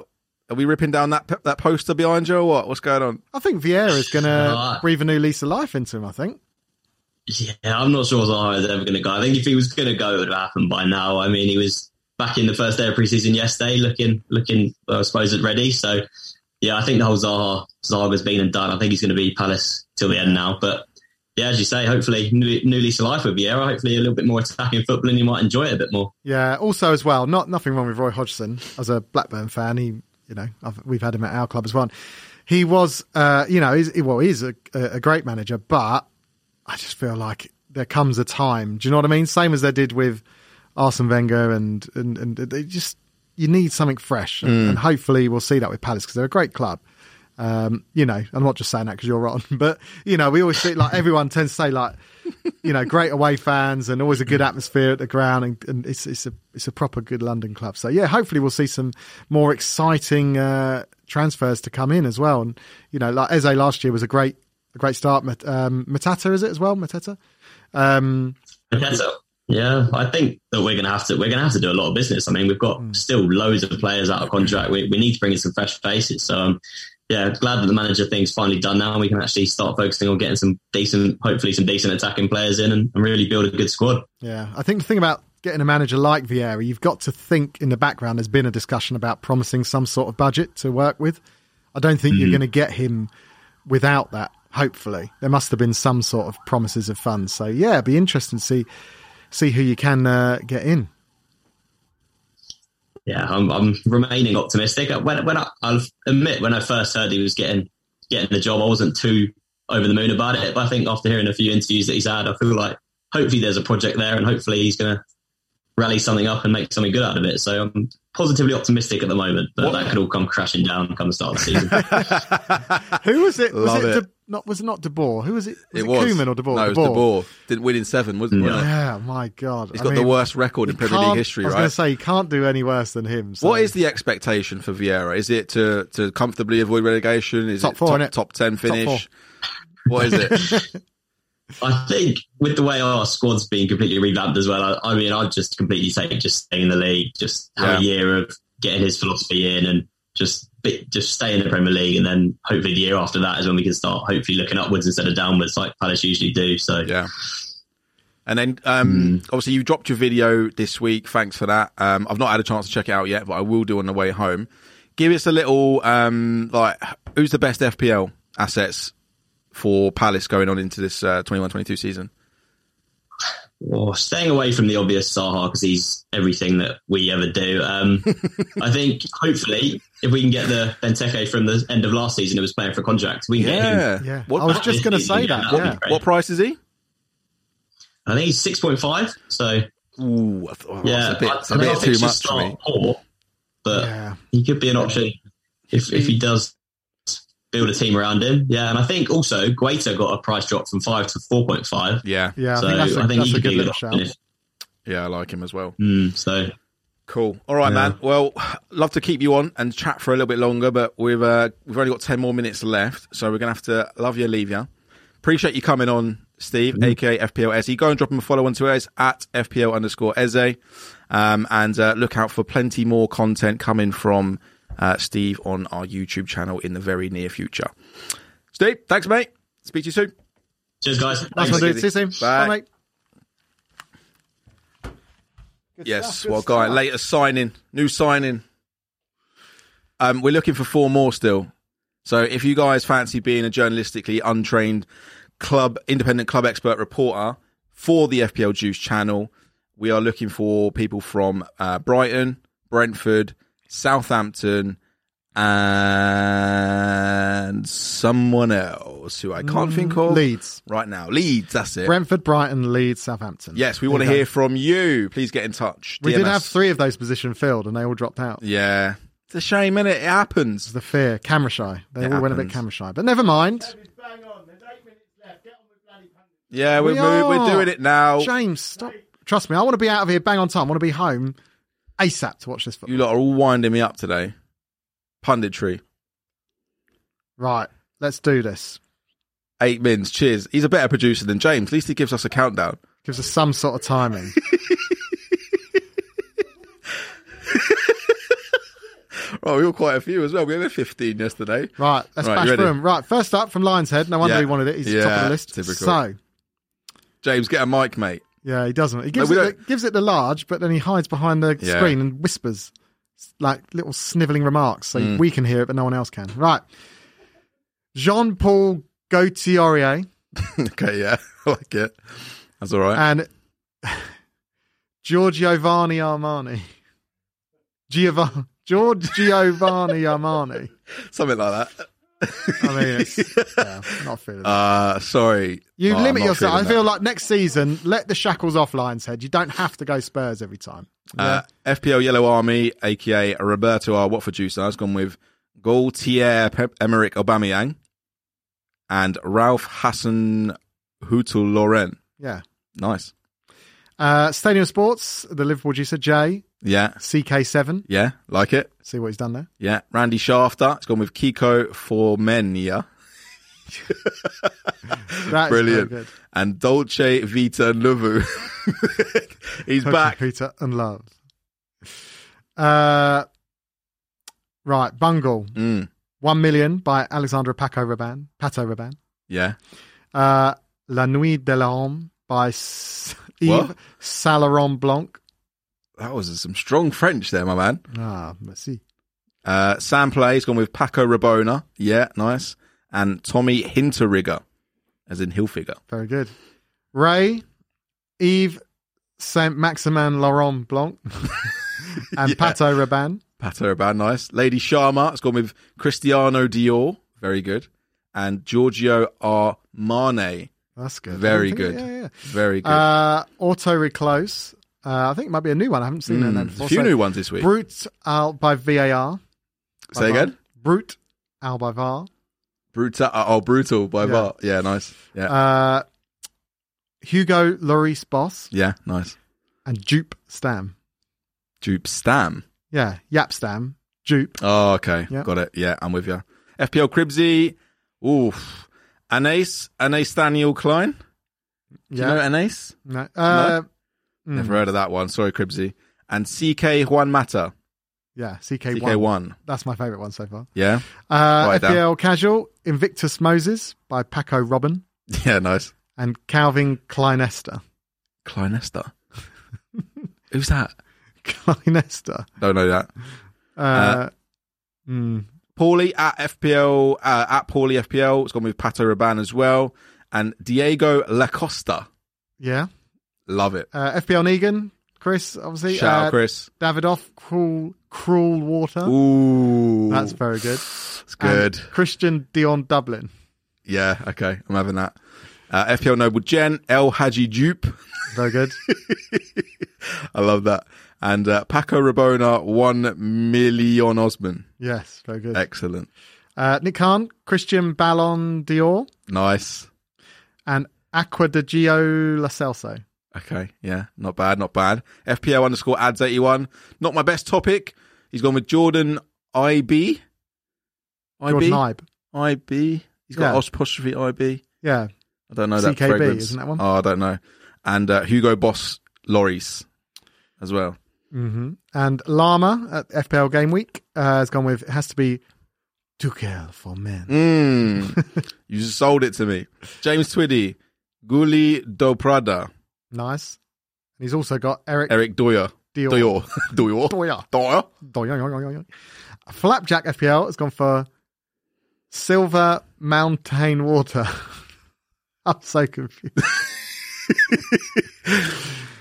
are we ripping down that p- that poster behind you or what? What's going on? I think Vieira's going to Ah. breathe a new lease of life into him. I think. yeah. I'm not sure Zaha is ever going to go. I think if he was going to go, it would have happened by now. I mean, he was back in the first day of preseason yesterday, looking looking I suppose at ready. So yeah, I think the whole Zaha Zaga's been and done. I think he's going to be Palace till the end now. But yeah, as you say, hopefully new, new lease of life with Vieira. Hopefully a little bit more attacking football, and you might enjoy it a bit more. Yeah. Also, as well, not nothing wrong with Roy Hodgson as a Blackburn fan. He, you know, I've, we've had him at our club as well. He was, uh, you know, he's, well, he's a, a great manager, but I just feel like there comes a time. Do you know what I mean? Same as they did with Arsene Wenger, and and and they just you need something fresh, and, and hopefully we'll see that with Palace because they're a great club. Um, you know, I'm not just saying that because you're on, but you know, we always see like everyone tends to say like, you know, great away fans and always a good atmosphere at the ground, and, and it's it's a it's a proper good London club. So yeah, hopefully we'll see some more exciting uh, transfers to come in as well. And you know, like Eze last year was a great a great start. Mat- Um, Matata is it as well? Matata. Um, Okay, so yeah, I think that we're gonna have to we're gonna have to do a lot of business. I mean, we've got still loads of players out of contract. We, we need to bring in some fresh faces. So um, yeah, glad that the manager thing's finally done now. and We can actually start focusing on getting some decent, hopefully some decent attacking players in, and, and really build a good squad. Yeah, I think the thing about getting a manager like Vieira, you've got to think in the background. There's been a discussion about promising some sort of budget to work with. I don't think Mm-hmm. you're going to get him without that. Hopefully, there must have been some sort of promises of funds. So yeah, it'd be interesting to see see who you can uh, get in. yeah, I'm, I'm remaining optimistic. When when I, I'll admit when I first heard he was getting getting the job, I wasn't too over the moon about it. But I think after hearing a few interviews that he's had, I feel like hopefully there's a project there, and hopefully he's going to rally something up and make something good out of it. So I'm positively optimistic at the moment, but that could all come crashing down come the start of the season. Who was it? Was Love it, it. De- not was it not De Boer? Who was it? Was it, it was Koeman or De Boer? No, it was De Boer. Didn't win in seven, wasn't it? Yeah, my God, He's I got mean, the worst record in you Premier League can't- history, I was right? going to say you can't do any worse than him. So. What is the expectation for Vieira? Is it to, to comfortably avoid relegation? Is Top it four, top, innit? top ten four. finish? what is it? I think with the way our squad's been completely revamped as well, I, I mean, I'd just completely take just staying in the league, just have a Yeah. year of getting his philosophy in and just be- just stay in the Premier League. And then hopefully the year after that is when we can start hopefully looking upwards instead of downwards like Palace usually do. So yeah. And then, um, obviously, you dropped your video this week. Thanks for that. Um, I've not had a chance to check it out yet, but I will do on the way home. Give us a little um, like who's the best FPL assets for Palace going on into this uh, 21-22 season? Well, staying away from the obvious Saha because he's everything that we ever do. Um, I think hopefully if we can get the Benteke from the end of last season, who was playing for a contract, we can get him. Yeah, Yeah, What, I was just going to Yeah, say that. that'd be Yeah, great. what price is he? I think he's six point five. So Ooh, I th- oh, Yeah, that's a bit, I- it's a I mean, I bit think too she's much for start me. poor, but yeah. he could be an option if, if he does build a team around him. Yeah, and I think also Guaita got a price drop from five to four point five. Yeah, Yeah, I so think that's a, that's he a good could be a little good shout. option. If, yeah, I like him as well. mm, so Cool. All right, man. Well, love to keep you on and chat for a little bit longer, but we've uh, we've only got ten more minutes left, so we're gonna have to love you, leave you. Appreciate you coming on, Steve, aka FPL Eze. E. Go and drop him a follow on Twitter it's at FPL underscore Eze, um, and uh, look out for plenty more content coming from uh, Steve on our YouTube channel in the very near future. Steve, thanks, mate. Speak to you soon. cheers, guys. That's Thanks. what I do. Easy. See you soon. Bye. Bye mate. Ah, Yes, well, guy, latest signing, new signing. Um, we're looking for four more still. So if you guys fancy being a journalistically untrained club, independent club expert reporter for the FPL Juice channel, we are looking for people from uh, Brighton, Brentford, Southampton, and someone else who I can't think of Mm, Leeds. right now. Leeds, that's it. Brentford, Brighton, Leeds, Southampton. yes, we There want to you go. hear from you. Please get in touch. We did DMS. have three of those position filled, and they all dropped out. Yeah. It's a shame, innit? It happens. The fear, camera shy. They all went a bit happens. camera shy, but never mind. Yeah, we're, We moving, are. we're doing it now. James, stop. Trust me, I want to be out of here bang on time. I want to be home ASAP to watch this football. You lot are all winding me up today. Punditry. Right, let's do this. Eight mins. Cheers. He's a better producer than James. At least he gives us a countdown. Gives us some sort of timing. Oh, we got quite a few as well. We had 15 yesterday. Right, let's Right, bash you through ready? them. Right, first up from Lionshead. No wonder Yeah. he wanted it. He's top of Yeah, the list. typical. So, James, get a mic, mate. Yeah, he doesn't. He gives, we it, the, gives it the large, but then he hides behind the Yeah. screen and whispers s- like little sniveling remarks so Mm. we can hear it, but no one else can. Right. Jean Paul Gaultier okay, yeah, I like it. That's all right. and Giovanni Armani. Giovanni. George Giovanni Armani. Something like that. I mean, it's, yeah, I'm not feeling it. Uh, sorry. You Oh, I'm limit not yourself. I feeling feel like next season, let the shackles off Lions Head. You don't have to go Spurs every time. that. Uh, FPL Yellow Army, aka Roberto R. Watford Juicer, has gone with Gaultier Pep Emerick Aubameyang and Ralph Hassan Hutul Loren. Yeah. Nice. Uh, Stadium Sports, the Liverpool juicer, J, Yeah, CK7. yeah, like it. See what he's done there. Yeah, Randy Shafter. It's gone with Kiko Formenia That's Brilliant. Good. and Dolce Vita Nuvu. He's back. Peter and Love. Uh, right, Bungle. Mm, 1 million by Alexandra Paco Raban. Pato Raban. yeah. Uh, La Nuit de l'Homme by S- What? Yves Salaron Blanc. That was some strong French there, my man. Ah, let's see. Uh, Sam Play's gone with Paco Rabona. Yeah, nice. And Tommy Hinterrigger, as in Hilfiger. Very good. Ray, Yves Saint Maximin Laurent Blanc, and Yeah. Pato Raban. Pato Raban, nice. Lady Sharma has gone with Cristiano Dior. Very good. And Giorgio R. Marne. That's good. Very I think- good. Yeah, yeah. Very good. Uh, Auto Reclose. Uh, I think it might be a new one. I haven't seen Mm, her name a before. few So, new ones this week. Brute out by VAR. By Say VAR. again? Brute out by VAR. Bruta, oh, brutal by Yeah. Var. Yeah, nice. Yeah, Uh, Hugo Lloris Boss yeah, nice. and Jupe Stam. Dupe Stam. Yeah, Yap Stam. Jupe. Oh, okay, Yeah. got it. Yeah, I'm with you. FPL Cribsy. Oof. Anais, Anais Daniel Klein. Do you know Yeah. Anais? No. Uh, mm, Never heard of that one. Sorry, Cribsy. And CK Juan Mata. yeah, CK1. CK one. That's my favourite one so far. Yeah, Uh, Right, Dan. FPL Casual, Invictus Moses by Paco Robin yeah, nice. and Calvin Kleinester. Kleinester. Who's that? Kleinester. Don't know that. Uh, Uh, mm, Paulie at FPL uh, at Paulie FPL. It's gone with Pato Raban as well, and Diego Lacosta. yeah. Love it. Uh, FPL Negan, Chris, obviously. Shout uh, out, Chris. Davidoff, Cruel, Cruel Water. Ooh, That's very good. That's good. And Christian Dion Dublin. Yeah, okay, I'm having that. Uh, FPL Noble Gen El Haji Dupe. Very good. I love that. And uh, Paco Rabona, one million Osman. yes, very good. Excellent. Uh, Nick Khan, Christian Ballon Dior Nice. and Aqua de Gio La Celso. Okay, yeah, not bad, not bad. FPL underscore ads 81. Not my best topic. He's gone with Jordan IB. Jordan IB? Ibe. IB. He's Yeah. got apostrophe IB. Yeah. I don't know that CKB, fragrance. isn't that one? Oh, I don't know. And uh, Hugo Boss Loris as well. hmm And Llama at FPL Game Week uh, has gone with it has to be Tuchel for men. Hmm. Mm. you just sold it to me. James Twiddy, Guli Do Prada, Nice. And he's also got Eric, Eric Doyer. Dior. Doyer. Doyer. Doyer. Doyer. Doyer, doyer, doyer. Flapjack FPL has gone for Silver Mountain Water. I'm so confused.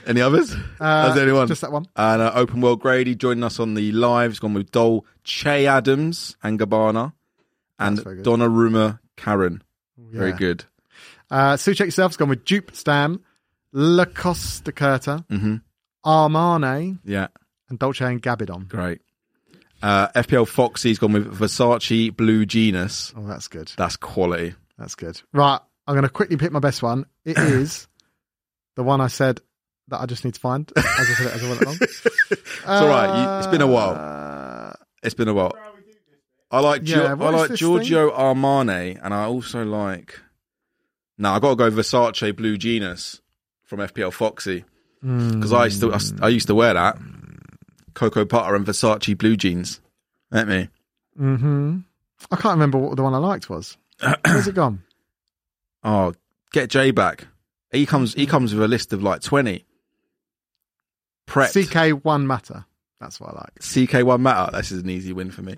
Any others? Uh, That's the only one. Just that one. And uh, Open World Grady joining us on the live. He's gone with Dol Che Adams and Gabbana and That's very good. Donnarumma Karen. Very Yeah. good. Uh, Suchek himself has gone with Dupe Stam, Lacoste Curta, Mhm. Armani, Yeah, and Dolce and Gabbidon. great. Uh, FPL Foxy's gone with Versace Blue Genus. Oh, that's good. That's quality. That's good. Right, I'm going to quickly pick my best one. It is the one I said that I just need to find as I said it as I went along. it's all right. You- it's been a while. Uh, It's been a while. I like Gio- Yeah, I what is like this Giorgio Armani, and I also like. No, I got to go Versace Blue Genus from FPL Foxy Hmm. because I used to I s- I, used to wear that Coco Butter and Versace Blue Jeans. Let me. hmm I can't remember what the one I liked was. Where's it gone? Oh, get Jay back. He comes he comes with a list of like twenty. Prep CK1 matter. That's what I like. CK one matter. This is an easy win for me.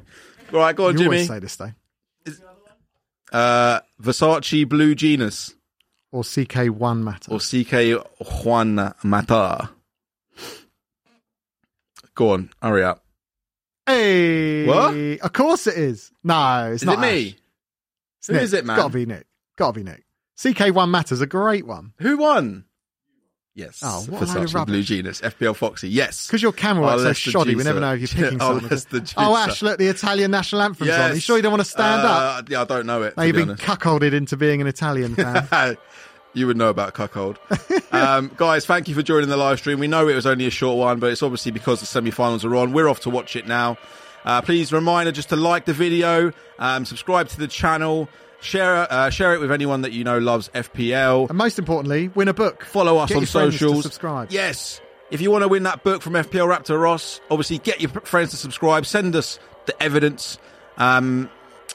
All right, go on, you Oh, Jimmy. always say this though. Uh, Versace Blue Genus Or CK1 matter. or CK Juan Matar. Go on, hurry up. Hey, What? Of course it is. No, it's Is not. it me? Ash. It's Who Nick. is it, man? Gotta be Nick. Gotta be Nick. CK1 matters. A great one Who won? Yes. Oh, what a load of Versace Blue rubbish. Genus. FPL Foxy. Yes. because your camera Oh, work's so that's the shoddy. We juicer. never know if you're picking Oh, someone. that's the oh, juicer. Ash, look, the Italian national anthem's on. You sure you don't want to stand Uh, up? Yeah, I don't know it. Now to you've be been cuckolded into being an Italian fan. honest. you would know about cuckold. um, guys, thank you for joining the live stream. We know it was only a short one, but it's obviously because the semi-finals are on. We're off to watch it now. Uh, please reminder just to like the video, um, subscribe to the channel, share uh, share it with anyone that you know loves FPL. and most importantly, win a book. follow us Get on your friends to socials. subscribe. Yes. If you want to win that book from FPL Raptor Ross, obviously get your friends to subscribe. Send us the evidence. Um,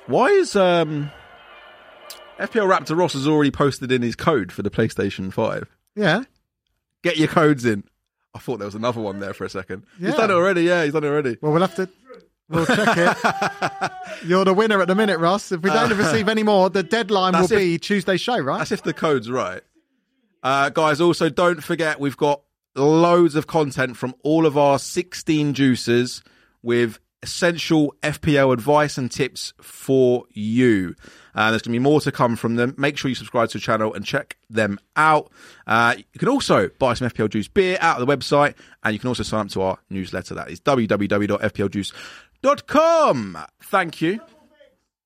why is um, FPL Raptor Ross has already posted in his code for the PlayStation Five? Yeah. Get your codes in. I thought there was another one there for a second. He's Yeah. done it already. Yeah, he's done it already. Well, we'll have to. We'll check it. You're the winner at the minute, Ross. If we don't receive any more, the deadline will That's be Tuesday's show, right? That's if the code's right. Uh, guys, also don't forget we've got loads of content from all of our 16 juicers with essential FPL advice and tips for you. Uh, there's going to be more to come from them. Make sure you subscribe to the channel and check them out. Uh, you can also buy some FPL Juice beer out of the website, and you can also sign up to our newsletter. That is www.fpljuice.com. Thank you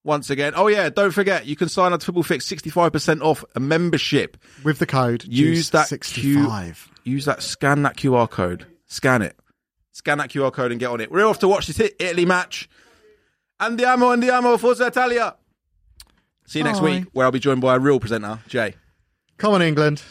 once again. Oh yeah, don't forget you can sign up to Triple Fix sixty five percent off a membership. With the code Use that Q- 65. Use that scan that QR code. Scan it. Scan that QR code and get on it. We're off to watch this It- Italy match. Andiamo, andiamo, Forza Italia. See you next Bye. week, where I'll be joined by a real presenter, Jay. Come on, England.